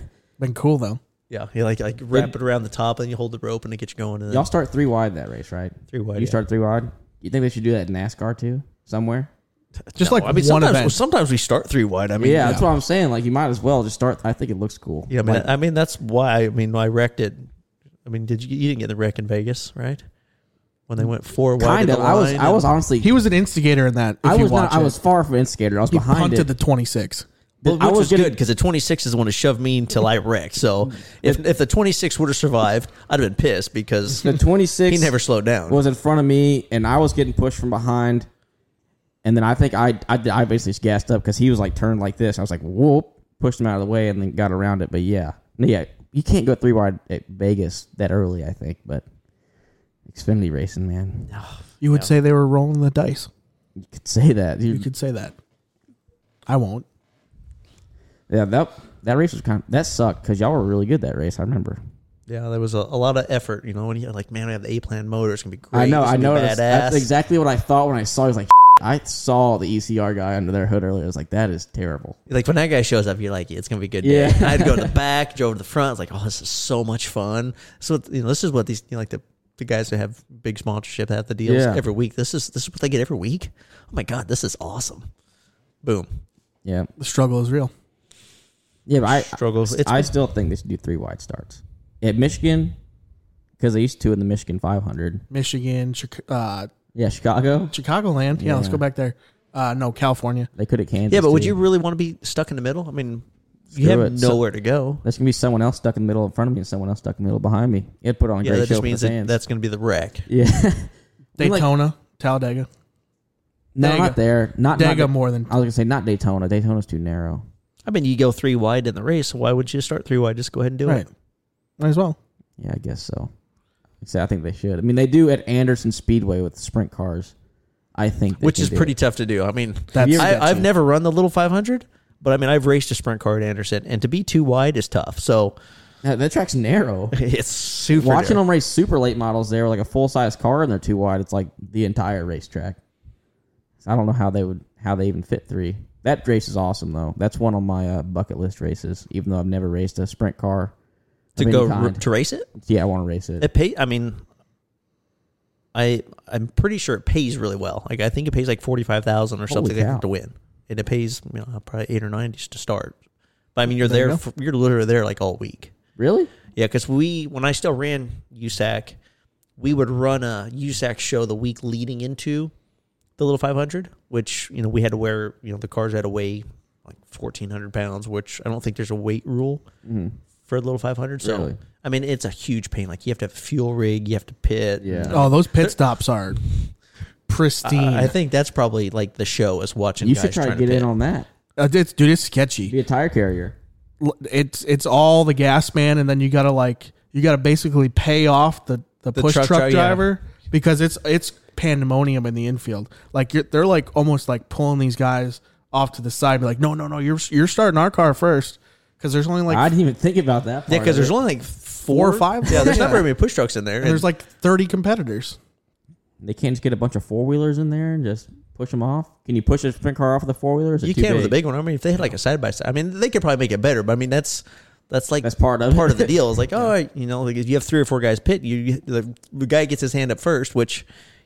Oh, been cool though.
yeah, you like like wrap it around the top, and you hold the rope, and it gets you going. And then
Y'all start three wide that race, right?
Three wide,
You
yeah.
start three wide. You think they should do that in NASCAR too? Somewhere?
Just
No,
like
I mean,
one
sometimes
event.
sometimes we start three wide. I mean,
yeah, that's what I'm saying. Like you might as well just start. I think it looks cool.
Yeah, I mean,
Like,
I mean that's why. I mean, I wrecked it. I mean, did you? You didn't get the wreck in Vegas, right? When they went four
kind
wide, to
of.
the
I was.
line
I was
and-
honestly.
he was an instigator in that. If
I
you
was
watch
not. I
it.
was far from instigator. I was
He
behind
punted
it.
the twenty six.
Well,
I
which was,
was getting-
good because the 26 is the one to shove me until I wrecked. So if, if the 26 would have survived, I'd have been pissed because
the 26
he never slowed down.
was in front of me and i was getting pushed from behind and then i think i i, I basically just gassed up because he was like turned like this i was like whoop pushed him out of the way and then got around it but yeah yeah you can't go three wide at vegas that early i think but xfinity racing man
You would say they were rolling the dice.
you could say that You-
You could say that. I won't.
yeah that that race was kind of, that sucked because y'all were really good that race i remember
yeah, there was a, a lot of effort. You know, when you're like, man, I have the A plan motor. It's gonna be great.
i know i
It's gonna be
noticed that's
badass."
exactly what i thought when i saw it. I was like i saw the ecr guy under their hood earlier i was like that is terrible
Like when that guy shows up, you're like, yeah, it's gonna be a good day.
Yeah.
I'd go to the back, drove to the front. I was like, oh, this is so much fun. So you know, this is what these you know, like the the guys that have big sponsorship have the deals
Yeah.
every week. This is this is what they get every week. Oh my god, this is awesome. Boom.
yeah
The struggle is real.
Yeah, but I
Struggles. It's
I still think they should do three wide starts at Michigan because they used to in the Michigan 500.
Michigan, Chic- uh,
Yeah, Chicago.
Chicagoland. Yeah, let's
Yeah.
go back there. Uh, no, California.
They could at Kansas.
yeah, but would
too.
you really want to be stuck in the middle? I mean, you
Screw
have
it. So-
nowhere to go.
That's gonna be someone else stuck in the middle in front of me and someone else stuck in the middle behind me. It put on a
Yeah,
great
that
show
just
for
means
the
that
fans.
that's gonna be the wreck.
yeah. I'm like-
Daytona, Talladega.
no,
Dega.
not there. Not not
Dega
Da-
more than
I was gonna say not Daytona. Daytona's too narrow.
I mean, you go three wide in the race. So why would you start three wide? Just go ahead and do
right.
it.
Might as well.
Yeah, I guess so. Except I think they should. I mean, they do at Anderson Speedway with sprint cars. I think, they
which
can
is
do
pretty
it.
tough to do. I mean,
That's-
I, I've never run the little 500, but I mean, I've raced a sprint car at Anderson, and to be too wide is tough. So
Now, that track's narrow.
it's super.
Watching
narrow.
them race super late models there, like a full size car, and they're too wide. It's like the entire racetrack. So I don't know how they would how they even fit three. That race is awesome though. That's one on my uh, bucket list races. Even though I've never raced a sprint car
to
of any
go
kind.
r- to race it,
yeah, I want to race it.
it pay. I mean, I I'm pretty sure it pays really well. Like I think it pays like forty five thousand or something like
cow.
that to win, and it pays you know probably eight or nine just to start. But I mean, you're
There you go.
there. for, you're literally there like all week.
really?
Yeah, because we when I still ran USAC, we would run a USAC show the week leading into the little 500, which you know we had to wear. You know the cars had to weigh like 1,400 pounds, which I don't think there's a weight rule for the little 500. So
Mm-hmm. Really?
I mean it's a huge pain. Like you have to have a fuel rig, you have to pit. uh,
Yeah.
Oh, those pit stops are pristine.
I, I think that's probably like the show is watching.
You
guys
should try to
trying
get in
pit.
on that.
Uh, it's, dude, it's sketchy.
Be a tire carrier.
L- It's it's all the gas man, and then you gotta like you gotta basically pay off the, the, push
truck
truck,
dri- yeah.
driver because it's it's pandemonium in the infield. Like you're, they're like almost like pulling these guys off to the side, be like, no, no, no, you're you're starting our car first because there's only like
I didn't even think about that.
Yeah,
part
because
of
there's
it.
only like four,
or five?
Yeah, there's not
Yeah.
very many push trucks in there.
and
and-
there's like thirty competitors.
they can't just get a bunch of four wheelers in there and just push them off. Can you push a sprint car off with a four wheeler?
You can with a big one. I mean, if they had like a side by side, I mean, they could probably make it better. But I mean, that's that's like
That's part of it.
part of the deal. It's like, oh, you know, like if you have three or four guys pit, you the, the guy gets his hand up first, which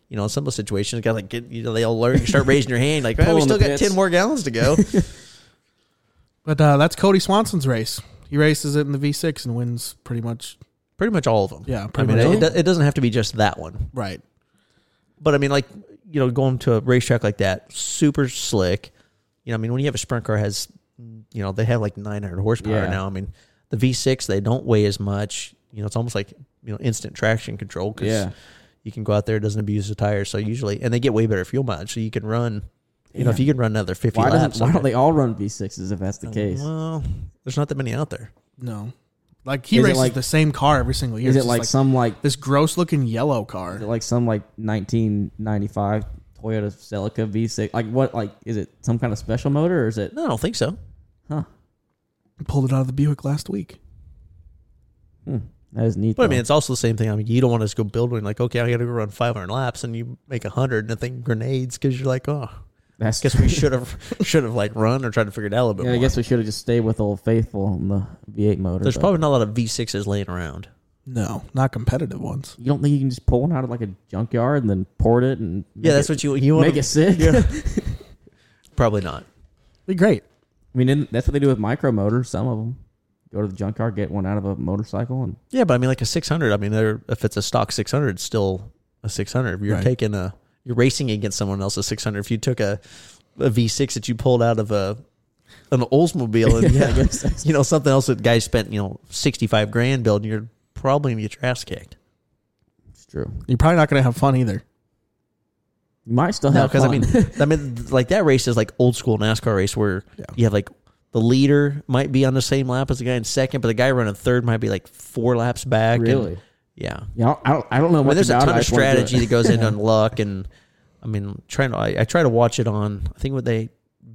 you know, in some situations, guy like get, you know, they all learn. You start raising your hand, like, oh, we
Pulling
still
the
got
pits.
ten more gallons to go.
But uh, that's Cody Swanson's race. He races it in the V6 and wins pretty much
pretty much all of them.
Yeah,
I
pretty
mean,
much all
it,
of
do- it doesn't have to be just that one.
right.
But I mean, like you know, going to a racetrack like that, super slick. You know, I mean, when you have a sprint car has, you know, they have like 900 horsepower
Yeah.
now. I mean, the V6 they don't weigh as much. You know, it's almost like you know instant traction control because
Yeah.
you can go out there, it doesn't abuse the tires. So usually, and they get way better fuel mileage, so you can run You know, if you can run another 50
Why,
laps.
doesn't, why
on
don't
it-
they all run V6s if that's the case?
Well, there's not that many out there.
No. Like he
Is it
races
like-
the same car every single year.
Is it
It's just
like, some like
this gross looking yellow car?
like some like 1995 Toyota Celica V6? Like what? Like is it some kind of special motor or is it?
No, I don't think so.
Huh.
Pulled it out of the Buick last week.
Hmm, that is neat.
But I
though.
mean, it's also the same thing. I mean, you don't want to just go build one like, okay, I got to go run 500 laps, and you make 100 and I think grenades because you're like, oh,
that's
guess we should have should have like run or tried to figure it out a little bit
Yeah, I
more.
guess we should have just stayed with Old Faithful on the V8 motor.
There's
but
probably not a lot of V6s laying around.
No, not competitive ones.
you don't think you can just pull one out of like a junkyard and then port it and
Yeah, that's what you you want.
make it sick.
Probably not.
Be great.
I mean, and that's what they do with micro motors. Some of them go to the junkyard, get one out of a motorcycle, and
Yeah, but I mean, like a 600. I mean, they're, if it's a stock 600, it's still a 600. You're
Right.
taking a you're racing against someone else's 600. If you took a a V6 that you pulled out of a an Oldsmobile and
I guess that's-
you know something else that guy spent you know 65 grand building, you're probably gonna get your ass kicked.
it's true.
You're probably not going to have fun either.
You might still
No,
have
because I
fun.
mean, I mean, like that race is like old school NASCAR race where you have like the leader might be on the same lap as the guy in second, but the guy running third might be like four laps back. and-
really.
yeah.
Yeah, I don't- I don't, I don't know
I mean,
much
there's a
about it.
ton
I
of
just wanna do
strategy
it.
that goes into luck, and I mean, trying to I, I try to watch it on. I think what they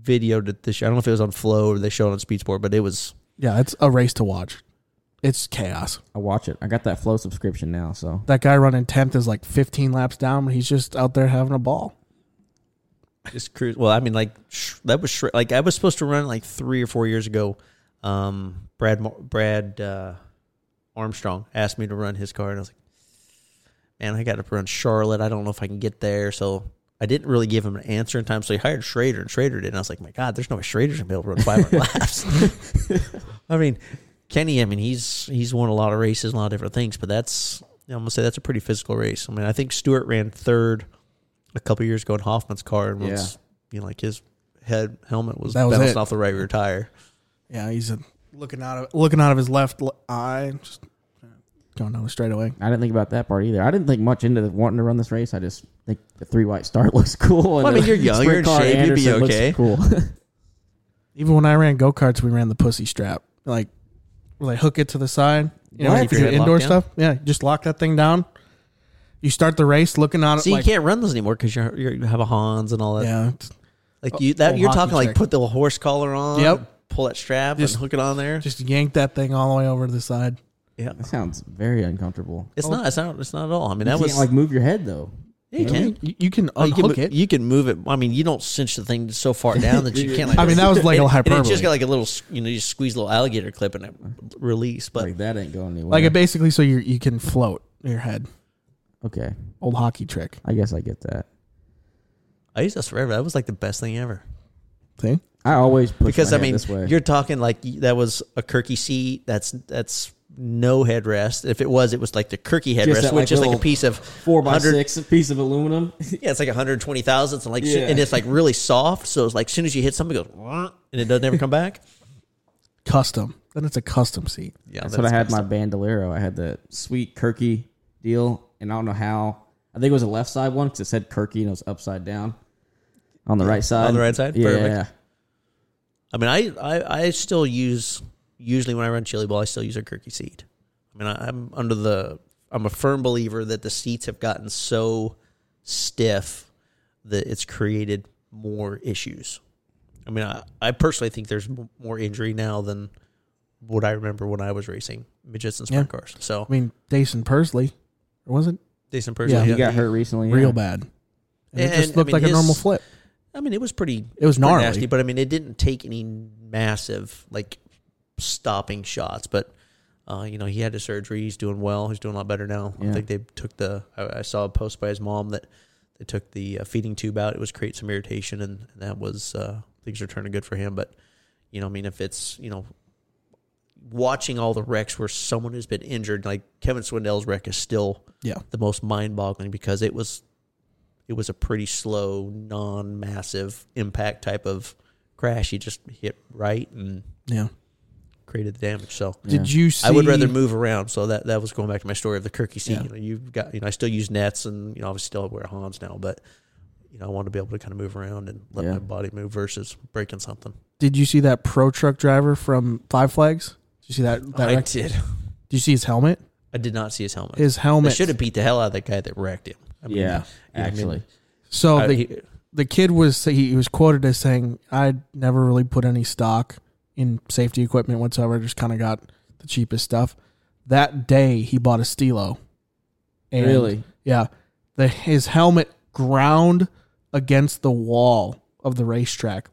videoed it this year. I don't know if it was on Flow or they showed it on Speed Sport, but it was
Yeah, it's a race to watch. It's chaos.
I watch it. I got that Flow subscription now, so
That guy running 10th is like 15 laps down, but he's just out there having a ball.
just cruise. Well, I mean, like sh- that was sh- like I was supposed to run like three or four years ago. Um, Brad Mar- Brad uh, Armstrong asked me to run his car, and I was like, "Man, I got to run Charlotte. I don't know if I can get there." So I didn't really give him an answer in time. So he hired Schrader, and Schrader did. And I was like, "My God, there's no way Schrader's gonna be able to run 500 laps." I mean, Kenny. I mean, he's he's won a lot of races, and a lot of different things, but that's I'm gonna say that's a pretty physical race. I mean, I think Stewart ran third a couple years ago in Hoffman's car, and once you know, like his head helmet was
That was
bouncing
it.
off the right rear tire.
Yeah, he's a, looking out of looking out of his left l- eye, just going down the straightaway.
I didn't think about that part either. I didn't think much into wanting to run this race. I just think the three white star looks cool. and
I mean,
the
you're young,
sprint
you're in
car
shape, you'd be
Anderson looks
okay.
Cool.
Even when I ran go karts, we ran the pussy strap. Like, like hook it to the side. You know,
What?
if you
Keep
do
your head
indoor
locked down?
stuff, yeah, just lock that thing down. You start the race looking on it.
See,
like,
you can't run those anymore because you you have a Hans and all that.
yeah, it's-
Like you, that
Oh,
you're
hockey
talking like
stick.
put the horse collar on.
Yep.
Pull that strap
Just-
and hook it on there.
just yank that thing all the way over to the side.
yeah.
that sounds very uncomfortable.
It's not. It's not. It's not at all. I mean,
You
that
can't
was
like move your head though.
Yeah, you can.
You, you can
Oh, you can
unhook
mo-
it.
You can move it. I mean, you don't cinch the thing so far down that you can't. Like,
I mean, that was like a
and, and
hyperbole.
it just got like a little. s- You know, you squeeze a little alligator clip and it release. But
Like that ain't going anywhere.
like it basically, so you you can float your head.
okay,
Old hockey trick.
I guess I get that.
I used this forever. That was like the best thing ever.
See,
I always push
Because
my
I
head
mean,
this way.
you're talking like y- that was a Kirky seat. That's that's no headrest. If it was, it was like the Kirky headrest,
that, like,
which is like a
little
piece of
four by
100
six, a piece of aluminum.
Yeah, it's like 120 thousandths, and like
Yeah.
and it's like really soft. So it's like as soon as you hit something, it goes "Wah," and it doesn't ever come back.
custom. Then it's a custom seat.
Yeah,
That's what I had my bandolero. I had the sweet Kirky deal, and I don't know how. I think it was a left side one because it said Kirky and it was upside down on the right side.
On the right side?
yeah.
Perfect. I mean, I, I I still use usually when I run chili ball, I still use a Kirky seat. I mean, I, I'm under the I'm a firm believer that the seats have gotten so stiff that it's created more issues. I mean, I, I personally think there's m- more injury now than what I remember when I was racing midgets and sprint cars. So
I mean, Jason Persley, or was it
Jason Purcell,
Yeah, he
He got hurt recently. yeah.
real bad? And, it
And,
just
I
looked like
mean,
a normal
his-
flip.
I mean, it was pretty.
It was
pretty
gnarly.
nasty, but I mean, it didn't take any massive like stopping shots. But uh, you know, he had his surgery. He's doing well. He's doing a lot better now. I
Yeah.
think they took the. I, I saw a post by his mom that they took the uh, feeding tube out. It was create some irritation, and, and that was uh, things are turning good for him. But you know, I mean, if it's you know. Watching all the wrecks where someone has been injured, like Kevin Swindell's wreck is still
Yeah,
the most mind-boggling because it was it was a pretty slow, non-massive impact type of crash. He just hit right and
yeah.
created the damage. So
Did you? see
I would rather move around. So that that was going back to my story of the Kirky seat.
Yeah.
You know, you've got you know I still use nets and you know obviously still wear Hans now, but you know, I want to be able to kind of move around and let
Yeah.
my body move versus breaking something.
Did you see that pro truck driver from Five Flags? Did you see that? that wreck?
did.
Did you see his helmet?
I did not see his helmet.
His
they
helmet.
should have beat the hell out of that guy that wrecked him. I mean,
yeah,
you know what I mean?
actually,
So
I-
the,
he-
the kid was he was quoted as saying, "I never really put any stock in safety equipment whatsoever. Just kind of got the cheapest stuff." That day, he bought a Stilo. And,
Really?
Yeah. The his helmet ground against the wall of the racetrack,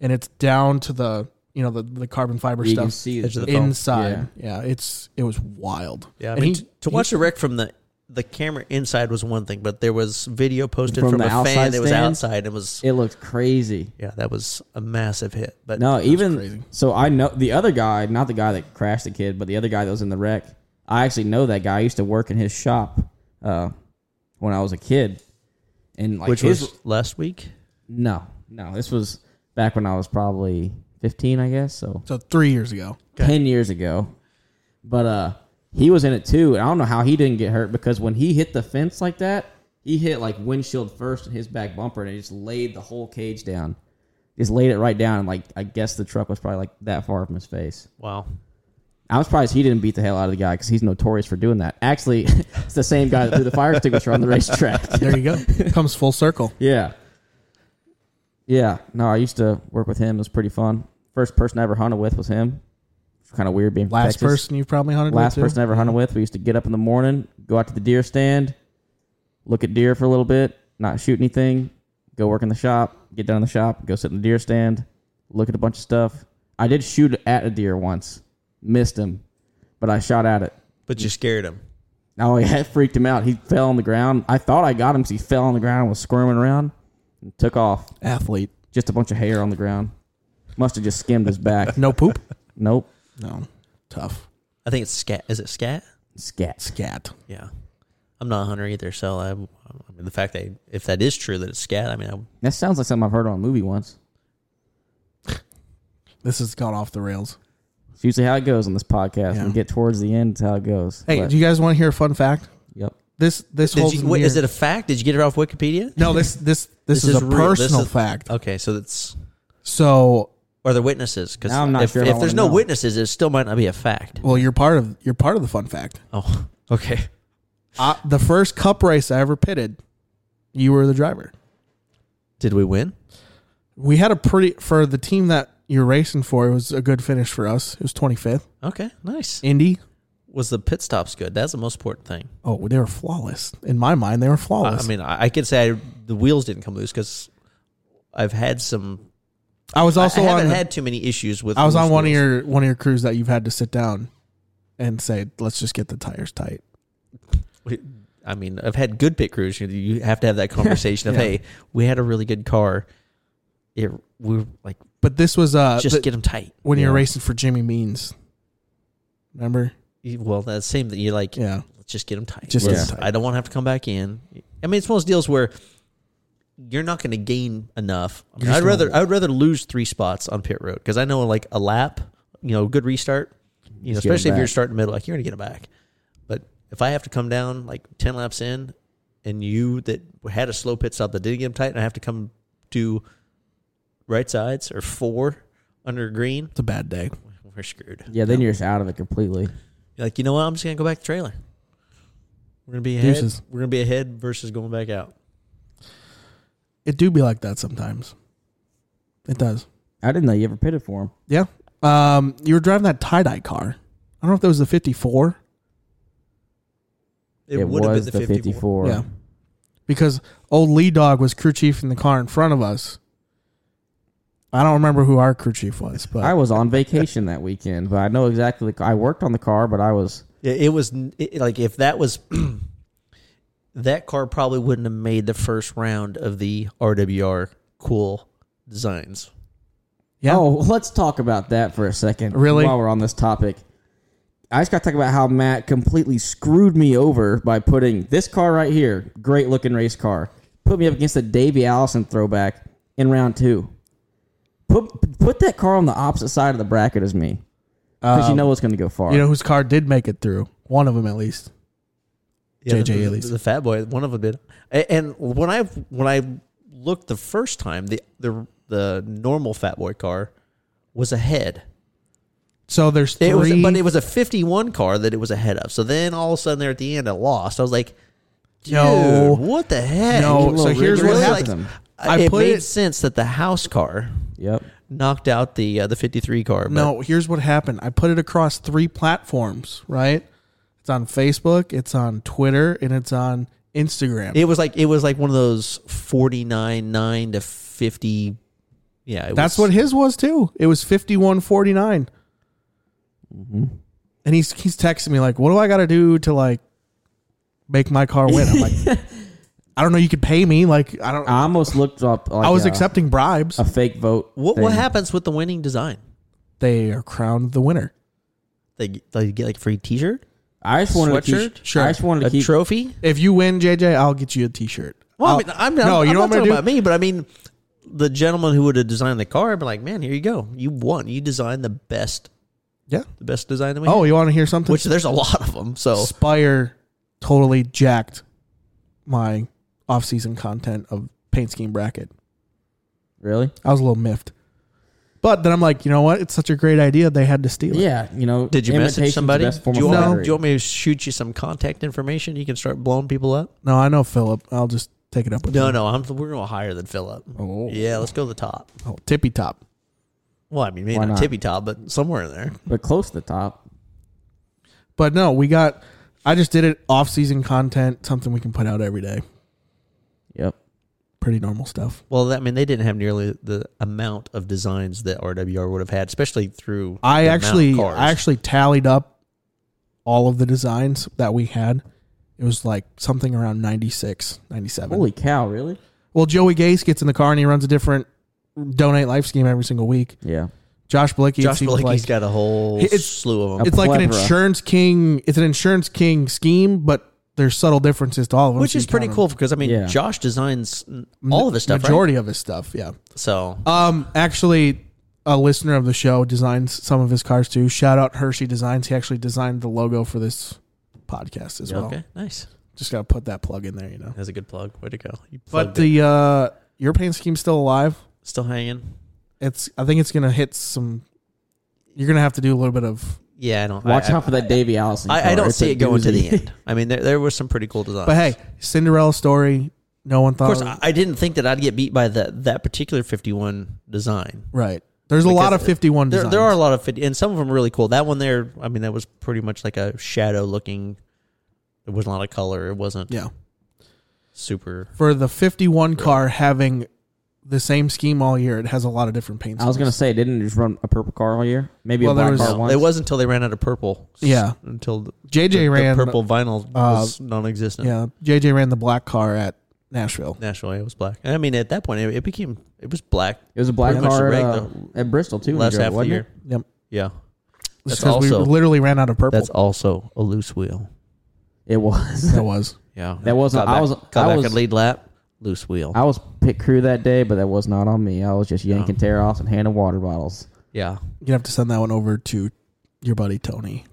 and it's down to the you know the, the carbon fiber
you
stuff
can see
Edge of
the
the foam.
inside. Yeah. it's it was wild.
Yeah, I
And
mean,
he-
t- to watch the wreck from the the camera inside was one thing, but there was video posted
From
from,
the
a
outside
fan that was
stand?
outside. It was
it looks crazy.
yeah, that was a massive hit. But
No, even
crazy.
so, I know the other guy, not the guy that crashed the kid, but the other guy that was in the wreck. I actually know that guy. I used to work in his shop uh, when I was a kid, and like
which
his,
was last week.
no, no, this was back when I was probably fifteen, I guess. So
So three years ago,
10 years ago. But uh he was in it too, and I don't know how he didn't get hurt because when he hit the fence like that, he hit like windshield first and his back bumper and it just laid the whole cage down. Just laid it right down and like I guess the truck was probably like that far from his face.
Wow,
I'm surprised he didn't beat the hell out of the guy because he's notorious for doing that. Actually, it's the same guy that threw the fire extinguisher on the racetrack.
there you go. Comes full circle.
Yeah. Yeah. No, I used to work with him. It was pretty fun. First person I ever hunted with was him. It's kind of weird being from
Last
Texas.
person you probably hunted. with,
Last
too.
person I ever hunted with, we used to get up in the morning, go out to the deer stand, look at deer for a little bit, not shoot anything, go work in the shop, get done in the shop, go sit in the deer stand, look at a bunch of stuff. I did shoot at a deer once, missed him, but I shot at it.
but you scared him.
Oh, yeah, it freaked him out. He fell on the ground. I thought I got him because he fell on the ground and was squirming around and took off.
athlete.
Just a bunch of hair on the ground. Must have just skimmed his back.
No poop.
nope.
No, tough
I think it's scat. Is it scat?
Scat.
scat.
Yeah, I'm not a hunter either, so I, I mean, the fact that if that is true that it's scat, I mean, I,
That sounds like something I've heard on a movie once.
This has gone off the rails.
It's usually how it goes on this podcast.
Yeah.
When we get towards the end, it's how it goes.
Hey,
But-
do you guys want to hear a fun fact?
yep.
This this
did
holds
you,
in
wait,
here.
is it a fact? Did you get it off Wikipedia?
no, this this this, is, a
real. This
personal
is-
fact.
Okay, so that's
So,
are there witnesses? Because
Now I'm not
if,
sure if I
if there's
wanna
no
know.
witnesses, it still might not be a fact.
well, you're part of you're part of the fun fact.
Oh, okay.
I, the first cup race I ever pitted, you were the driver.
Did we win?
We had a pretty for the team that you're racing for. It was a good finish for us. It was 25th.
Okay, nice.
Indy.
was the pit stops good? That's the most important thing.
Oh, they were flawless. In my mind, they were
I, I
flawless. I,
mean, I, I could say I, the wheels didn't come loose because I've had some.
was also
I haven't
on.
had too many issues with.
I was
loose
on one of
wheels.
your one of your crews that you've had to sit down and say, "Let's just get the tires tight."
I mean, I've had good pit crews. You, you have to have that conversation of,
Yeah.
hey, we had a really good car. It we are like
But this was uh
just
the-
get them tight.
when you're
Yeah.
racing for Jimmy Means. Remember?
You- Well, that's the same thing. You like
Yeah.
let's just get them tight.
Just
get
Let's-
'em tight.
I don't want to have to come back in. I mean, it's one of those deals where you're not going to gain enough. I mean,
just
I'd
gonna-
rather I'd rather lose three spots on pit road because I know like a lap, you know, good restart. You know,
Just get 'em
especially if you're
back.
starting middle, like you're going to get them back. But if I have to come down like ten laps in, and you that had a slow pit stop that didn't get them tight, and I have to come to right sides or four under green,
It's a bad day.
we're screwed.
Yeah, then you're just out of it completely.
You're like, you know what? I'm just gonna go back to trailer. We're gonna be ahead.
Deuces.
We're gonna be ahead versus going back out.
It do be like that sometimes. It does.
I didn't know you ever pitted for him.
Yeah. Um, you were driving that tie dye car. I don't know if that was the 54.
It,
would have
was the 54.
Yeah. Because old Lee Dog was crew chief in the car in front of us. I don't remember who our crew chief was, but
I was on vacation that weekend, but I know exactly. The, I worked on the car, but I was.
It, it was n- it- like if that was that car probably wouldn't have made the first round of the RWR cool designs.
Yeah.
Oh, let's talk about that for a second.
Really?
While we're on this topic, I just got to talk about how Matt completely screwed me over by putting this car right here, great looking race car, put me up against the Davy Allison throwback in round two. Put put that car on the opposite side of the bracket as me, because you know it's going to go far.
Um, you know whose car did make it through? One of them at least.
Yeah,
JJ
the,
Elise.
the, the Fat Boy, one of them did. A- And when I when I looked the first time, the the the normal Fat Boy car was ahead.
So there's three.
It was, but it was a 51 car that it was ahead of. So then all of a sudden, they're at the end, I lost. I was like, dude,
No.
what the heck?
no.
Little
So here's what
rigorous
Like,
happened.
system.
I
it
put
made
it-
sense that the house car
Yep.
knocked out the uh, the 53 car. But
No, here's what happened. I put it across three platforms. Right. It's on Facebook. It's on Twitter, and it's on Instagram.
it was like it was like one of those 49 9 to 50. Yeah, it
That's
was,
what his was too. It was fifty one forty nine.
Mm-hmm.
And he's he's texting me like, "What do I got to do to like make my car win?" I'm like, "I don't know. You could pay me. Like, I
Oh,
don't.
I almost looked up. Like,
I was
uh,
accepting bribes.
a fake vote.
What,
thing.
what happens with the winning design?
They are crowned the winner.
They, get- they get like a free t shirt,
I just wanted to
Sweatshirt?
keep.
Sure.
I just wanted to
a
keep.
trophy.
If you win, JJ, I'll get you a T-shirt.
Well,
I'll-
I mean, I'm, I'm, I'm not
I'm
talking
gonna
about me, but I mean, the gentleman who would have designed the car, I'd be like, man, here you go. You won. You designed the best,
Yeah.
the best design that we
Oh,
had.
you want to hear something?
which there's a lot of them. So
Spire totally jacked my off-season content of paint scheme bracket.
really?
I was a little miffed. But then I'm like, you know what? It's such a great idea. They had to steal it.
Yeah. You know.
did you
imitation's the
message somebody?
Best
Do
form
you,
of
want,
flattery.
do you want me to shoot you some contact information? You can start blowing people up.
No, I know Philip. I'll just take it up with
No,
him.
no, I'm, we're going higher than Philip.
Oh.
Yeah, let's go to the top.
Oh, tippy top.
Well, I mean, maybe
Why
not,
not?
tippy top, but somewhere in there.
but close to the top.
But no, we got. I just did it off season content, something we can put out every day.
Yep.
Pretty normal stuff.
Well, that- I mean, they didn't have nearly the amount of designs that RWR would have had, especially through.
I
the amount of
actually,
cars.
I actually tallied up all of the designs that we had. It was like something around 96, 97.
Holy cow! Really?
Well, Joey Gase gets in the car and he runs a different donate life scheme every single week.
Yeah.
Josh Blakey, it
Josh
seems
Blakey's
like,
got a whole
It's-
slew of them.
it's like an
plethora.
insurance king. It's an insurance king scheme, but there's subtle differences to all of them,
which
so
is
you
pretty
count
cool because I mean
Yeah.
Josh designs n-
them.
all of his stuff, right?
Majority of his stuff, yeah.
So
Um, actually, a listener of the show designs some of his cars too. Shout out Hershey Designs. He actually designed the logo for this podcast as well.
okay, nice.
Just gotta put that plug in there, you know.
That's a good plug. Way to go. You
But
plugged it.
the uh, your paint scheme's still alive.
still hanging.
It's I think it's gonna hit some. You're gonna have to do a little bit of,
Yeah, I don't.
Watch
I,
out for that Davy Allison.
I, I,
car.
don't
It's
see
a
it going to the
doozy.
end. I mean, there there were some pretty cool designs.
but hey, um, Cinderella story. No one
of
thought.
course, I, I didn't think that I'd get beat by that that particular fifty-one design.
right. There's a lot
Because
of 51
There,
designs.
there are a lot of 50, and some of them really cool. That one there, I mean, that was pretty much like a shadow-looking. It wasn't a lot of color. It wasn't
Yeah.
super.
For the 51 car having the same scheme all year, it has a lot of different paint.
I was gonna
schemes.
say, didn't it just run a purple car all year? Maybe
Well,
a
there
black
was-
car
No,
once.
it wasn't until they ran out of purple.
Yeah.
until the,
JJ
the- the
ran
purple vinyl was non-existent.
uh, Yeah, JJ ran the black car at Nashville.
Nashville. It was black. I mean, at that point, it, it became it was black
It was a black
Pretty much
car
the
at, uh,
regular-
at Bristol too. when we
last
drove,
half of the
wasn't it?
year.
Yep,
Yeah, That's
because we
also-
literally ran out of purple.
that's also a loose wheel.
It was.
that was
Yeah,
That wasn't-
Got
I
back-
was-
got
I
back
was-
a lead lap, loose wheel.
I was pit crew that day, but that was not on me. I was just yanking tear offs and handing water bottles.
yeah,
you have to send that one over to your buddy Tony.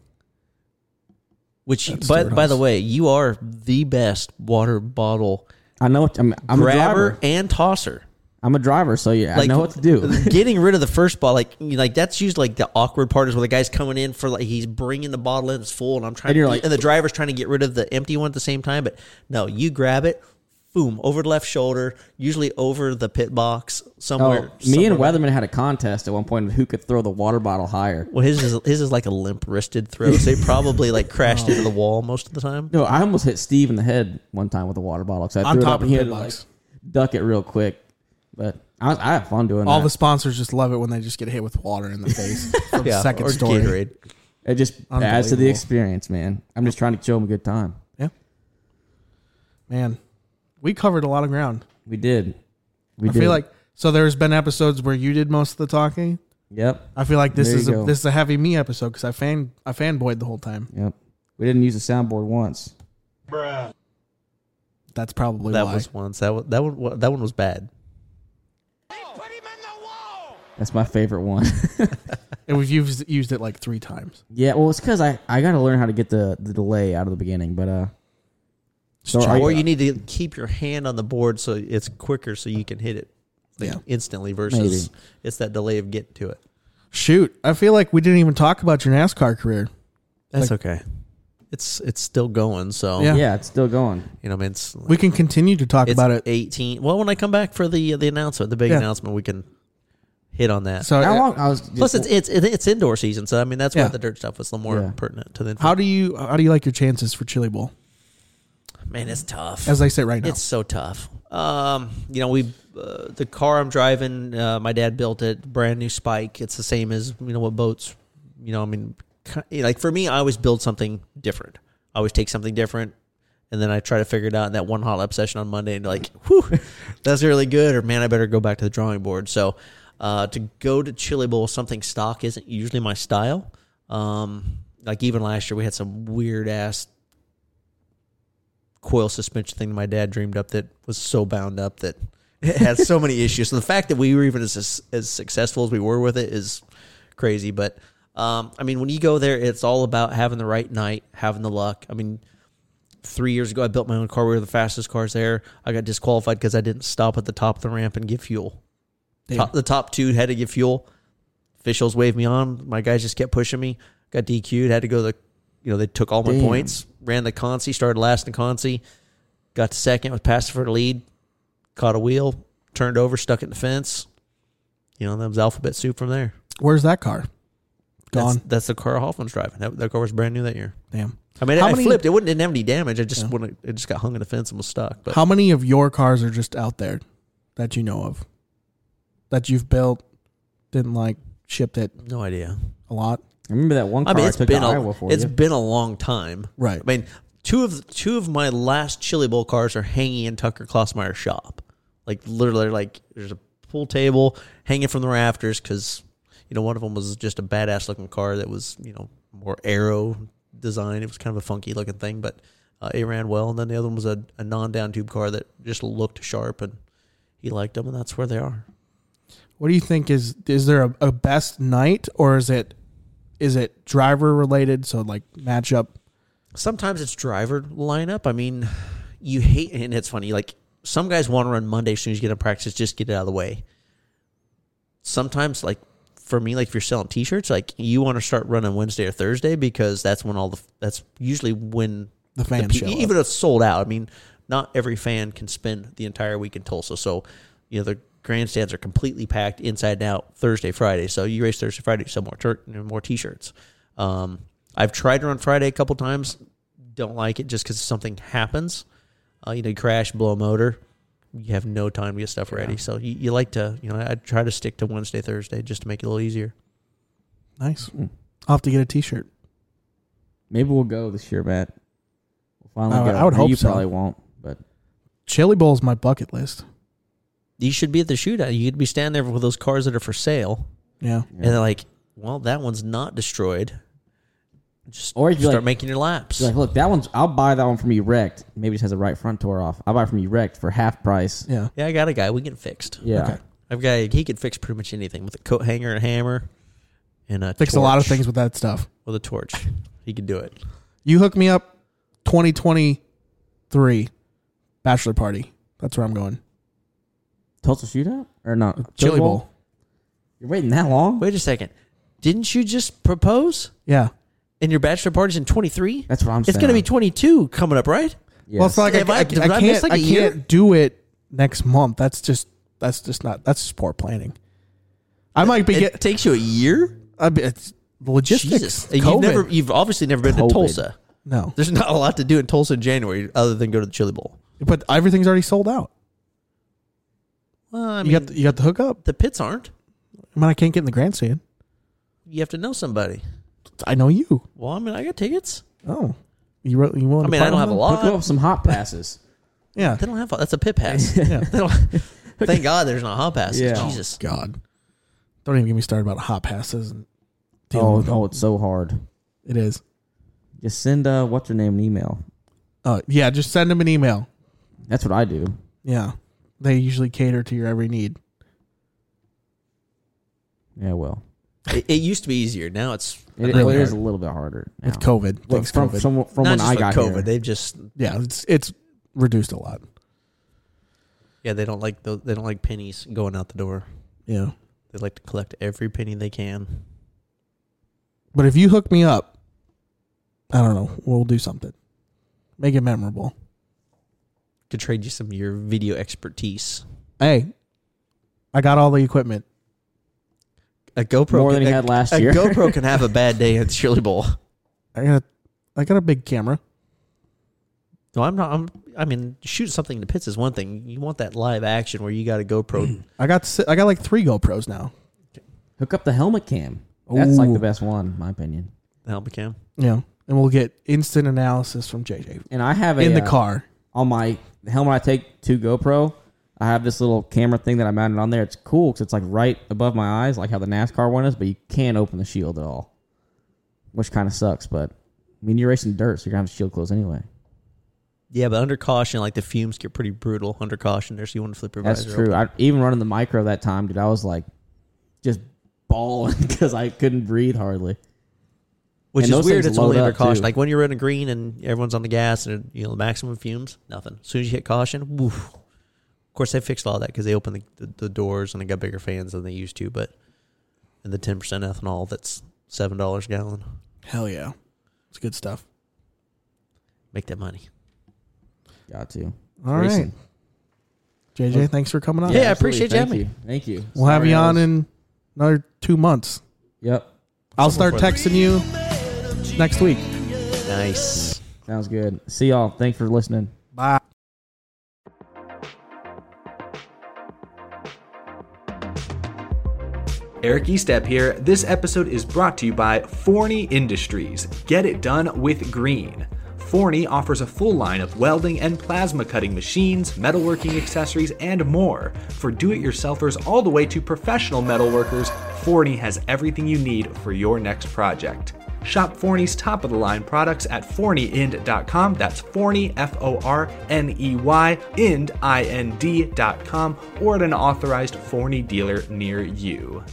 which
That's
by
Stuart
by the
House.
way, you are the best water bottle
I know what I'm, I'm a
grabber
driver.
and tosser.
I'm a driver, so yeah, I know what to do.
getting rid of the first ball, like you- like that's usually like the awkward part is where the guy's coming in for like he's bringing the bottle in, it's full, and I'm trying,
And
to
you're like-
and the driver's trying to get rid of the empty one at the same time. But no, you grab it, boom, over the left shoulder, usually over the pit box
Oh,
somewhere.
me and
somewhere.
Weatherman had a contest at one point of who could throw the water bottle higher.
Well, his is his is like a limp wristed throw, so he probably like crashed into the
Oh.
wall most of the time.
No, I almost hit Steve in the head one time with a water bottle. So I
On
threw
top
it up
of
and he
the
had to
pit
like,
box.
duck it real quick. But I, I have fun doing
All
that.
the sponsors just love it when they just get hit with water in the face. from second
or
story.
Gatorade.
it just adds to the
Unbelievable.
experience, man. I'm just trying to show him a good time.
Yeah, man, we covered a lot of ground.
We did. We
I feel like so. There's been episodes where you did most of the talking.
Yep.
I feel like this
There you
is a,
go.
this is a heavy me episode because I fan I fanboyed the whole time.
Yep. We didn't use the soundboard once.
That's probably
That
why.
was once that one, that one that one was bad.
That's my favorite one.
And we've used used it like three times.
yeah, well, it's because I, I got to learn how to get the, the delay out of the beginning. But uh, So are
or
you-
you need to keep your hand on the board so it's quicker so you can hit it like,
Yeah.
instantly versus it's that delay of getting to it.
Shoot, I feel like we didn't even talk about your NASCAR career.
That's okay. It's it's still going, so
Yeah.
yeah, it's still going.
you know, I mean, it's
We can continue to talk
it's
about it.
Eighteen. Well, when I come back for the the announcement, the big
Yeah.
announcement, we can hit on that.
So,
How
uh,
long? I was
Plus,
just-
it's it's it's indoor season, so I mean, that's
Yeah.
why the dirt stuff was a little more
Yeah.
pertinent to the
how do you how do you like your chances for Chili Bowl
man. It's tough.
as I sit right now?
It's so tough. Um, you know, we uh, the car I'm driving, uh, my dad built it, brand new spike. It's the same as you know what boats. You know, I mean, ki- eh, like for me, I always build something different. I always take something different, and then I try to figure it out in that one hot lap session on Monday, and like, whew, that's really good. Or man, I better go back to the drawing board. So, uh, to go to Chili Bowl, something stock isn't usually my style. Um, like even last year, we had some weird ass coil suspension thing that my dad dreamed up that was so bound up that it had so many issues. And the fact that we were even as as successful as we were with it is crazy. But um, I mean, when you go there, it's all about having the right night, having the luck. I mean, three years ago, I built my own car. We were the fastest cars there. I got disqualified because I didn't stop at the top of the ramp and give fuel. Top, the top two had to give fuel. Officials waved me on. My guys just kept pushing me. Got DQ'd. Had to go to the, you know, they took all my
Damn.
points. Ran the Consi, started last in Consi. Got to second, was passed for the lead. Caught a wheel, turned over, stuck it in the fence. You know, that was alphabet soup from there.
Where's that car?
That's-
Gone.
That's, the car Hoffman's driving. That, that car was brand new that year.
Damn.
I mean,
How
it,
many-
it flipped. It wouldn't didn't have any damage. I just wouldn't. It just got hung in the fence and was stuck. But
How many of your cars are just out there that you know of that you've built, didn't like, shipped it
no idea.
a lot?
I remember that one car I,
I mean, it's
took to
been
Iowa
a,
for
it's
you.
been a long time.
Right.
I mean, two of two of my last Chili Bowl cars are hanging in Tucker Klossmeyer's shop. Like literally, like there's a pool table hanging from the rafters because you know one of them was just a badass looking car that was you know more aero design. It was kind of a funky looking thing, but uh, it ran well. And then the other one was a, a non down tube car that just looked sharp, and he liked them, and that's where they are.
What do you think is is there a, a best night or is it is it driver related? So like matchup.
sometimes it's driver lineup. I mean, you hate, and it's funny. Like some guys want to run Monday as soon as you get in practice, just get it out of the way. Sometimes, like for me, like if you're selling T-shirts, like you want to start running Wednesday or Thursday because that's when all the that's usually when
The fans
pe-
show up.
even if it's sold out. I mean, not every fan can spend the entire week in Tulsa, so you know the grandstands are completely packed inside and out Thursday, Friday. So you race Thursday, Friday, sell more tur- you know, more T-shirts. Um, I've tried to run Friday a couple times, don't like it just because something happens. Uh, you know, you crash, blow a motor. You have no time to get stuff ready. So you, you like to, you know, I try to stick to Wednesday, Thursday just to make it a little easier.
Nice. I'll have to get a t shirt.
Maybe we'll go this year, Matt. We'll
I
finally
would-
go.
I would
You
hope so.
probably won't, but
Chili Bowl is my bucket list.
You should be at the shootout. You could be standing there with those cars that are for sale,
Yeah.
Yeah.
and they're like, "Well, that one's not destroyed." Just
Or if you
start
like-
making your laps.
You're like, look, that one's. I'll buy that one from you wrecked. Maybe it just has the right front door off. I'll buy it from you wrecked for half price.
Yeah.
yeah, I got a guy. We can get it fixed.
Yeah.
Okay.
I've got a- he could fix pretty much anything with a coat hanger and a hammer, and a
Fix a lot of
torch.
things with that stuff.
with a torch. He could do it.
You hook me up twenty twenty three bachelor party. That's where I'm going.
Tulsa shootout or not?
Chili Bowl.
You're waiting that long?
Wait a second. Didn't you just propose?
Yeah.
And your bachelor party's in 23?
That's what I'm
It's
saying.
going to be 22 coming up, right?
Yes.
Well, it's not like
Have
I, I,
I-
I
did I
can't.
miss, like,
I
a year?
can't do it next month. That's just. That's just not. That's just poor planning. I might be
It
get.
takes you a year?
I be, it's logistics.
Jesus. You've,
COVID.
never, e- you've obviously never been
COVID.
to Tulsa.
no,
There's not a lot to do in Tulsa in January other than go to the Chili Bowl.
but everything's already sold out.
Well, I mean,
you got the, you got the hookup.
the pits aren't.
I mean, I can't get in the grandstand.
You have to know somebody.
I know you.
Well, I mean, I got tickets.
Oh, you wrote. You want?
I mean, I don't have a
Hook up
lot.
some hot passes.
Yeah.
They don't have That's a pit pass. They don't- Thank God there's not hot passes.
Yeah.
Jesus.
Oh, God, don't even get me started about hot passes. And dealing
oh,
with them.
oh, it's so hard.
it is.
Just send uh, what's her name an email.
Uh, yeah, just send them an email.
That's what I do.
Yeah, they usually cater to your every need.
Yeah, well,
It, it used to be easier. Now it's
it,
Really
well, it is a
hard.
little bit harder.
With
now.
COVID,
Well,
thanks
from
COVID.
from, from
not
when
just
I
with
got
COVID.
here.
They've just
yeah, it's it's reduced a lot.
Yeah, they don't like tho- they don't like pennies going out the door.
Yeah.
They like to collect every penny they can.
But if you hook me up, I don't know. We'll do something. Make it memorable.
Could trade you some of your video expertise.
Hey, I got all the equipment.
A GoPro
More than
can-
he
a-
had last
a
year.
GoPro can have a bad day at Shirley Bowl.
I got I got a big camera.
No, I'm not. I'm, I mean, shooting something in the pits is one thing. You want that live action where you got a GoPro.
I got si- I got like three GoPros now.
Hook up the helmet cam. That's like
Ooh.
the best one, in my opinion.
help cam.
Yeah, and we'll get instant analysis from JJ
And I have a,
in the
uh,
car.
on my helmet I take to GoPro. I have this little camera thing that I mounted on there. It's cool because it's like right above my eyes, like how the NASCAR one is, but you can't open the shield at all, which kind of sucks. But I mean, you're racing dirt, so you're gonna have the shield closed anyway.
Yeah, but under caution, like the fumes get pretty brutal under caution there, so you want to flip your
That's
visor
true.
open.
I, even running the micro that time, dude, I was like just bawling because I couldn't breathe hardly.
Which
And
is
those
weird.
things
It's only
load
under
up,
caution.
too.
Like when you're in a green and everyone's on the gas and you know maximum fumes, nothing. As soon as you hit caution, woof. Of course, they fixed all that because they opened the, the, the doors and they got bigger fans than they used to. But and the ten percent ethanol, that's seven dollars a gallon.
Hell yeah, it's good stuff.
Make that money.
Got to.
All right,
Racing.
JJ, thanks for coming on.
Yeah, I
absolutely.
appreciate you having
Thank you. Thank you.
we'll have
Sorry
you
I
on
was-
in another two months.
Yep.
I'll start texting you next week.
Nice.
Sounds good. See y'all. Thanks for listening.
Bye.
Eric Estep here. This episode is brought to you by Forney Industries. Get it done with green. Forney offers a full line of welding and plasma cutting machines, metalworking accessories, and more. For do it yourselfers all the way to professional metalworkers, Forney has everything you need for your next project. Shop Forney's top of the line products at forneyend.com. That's Forney, F O R N E Y, end, I N D.com, or at an authorized Forney dealer near you.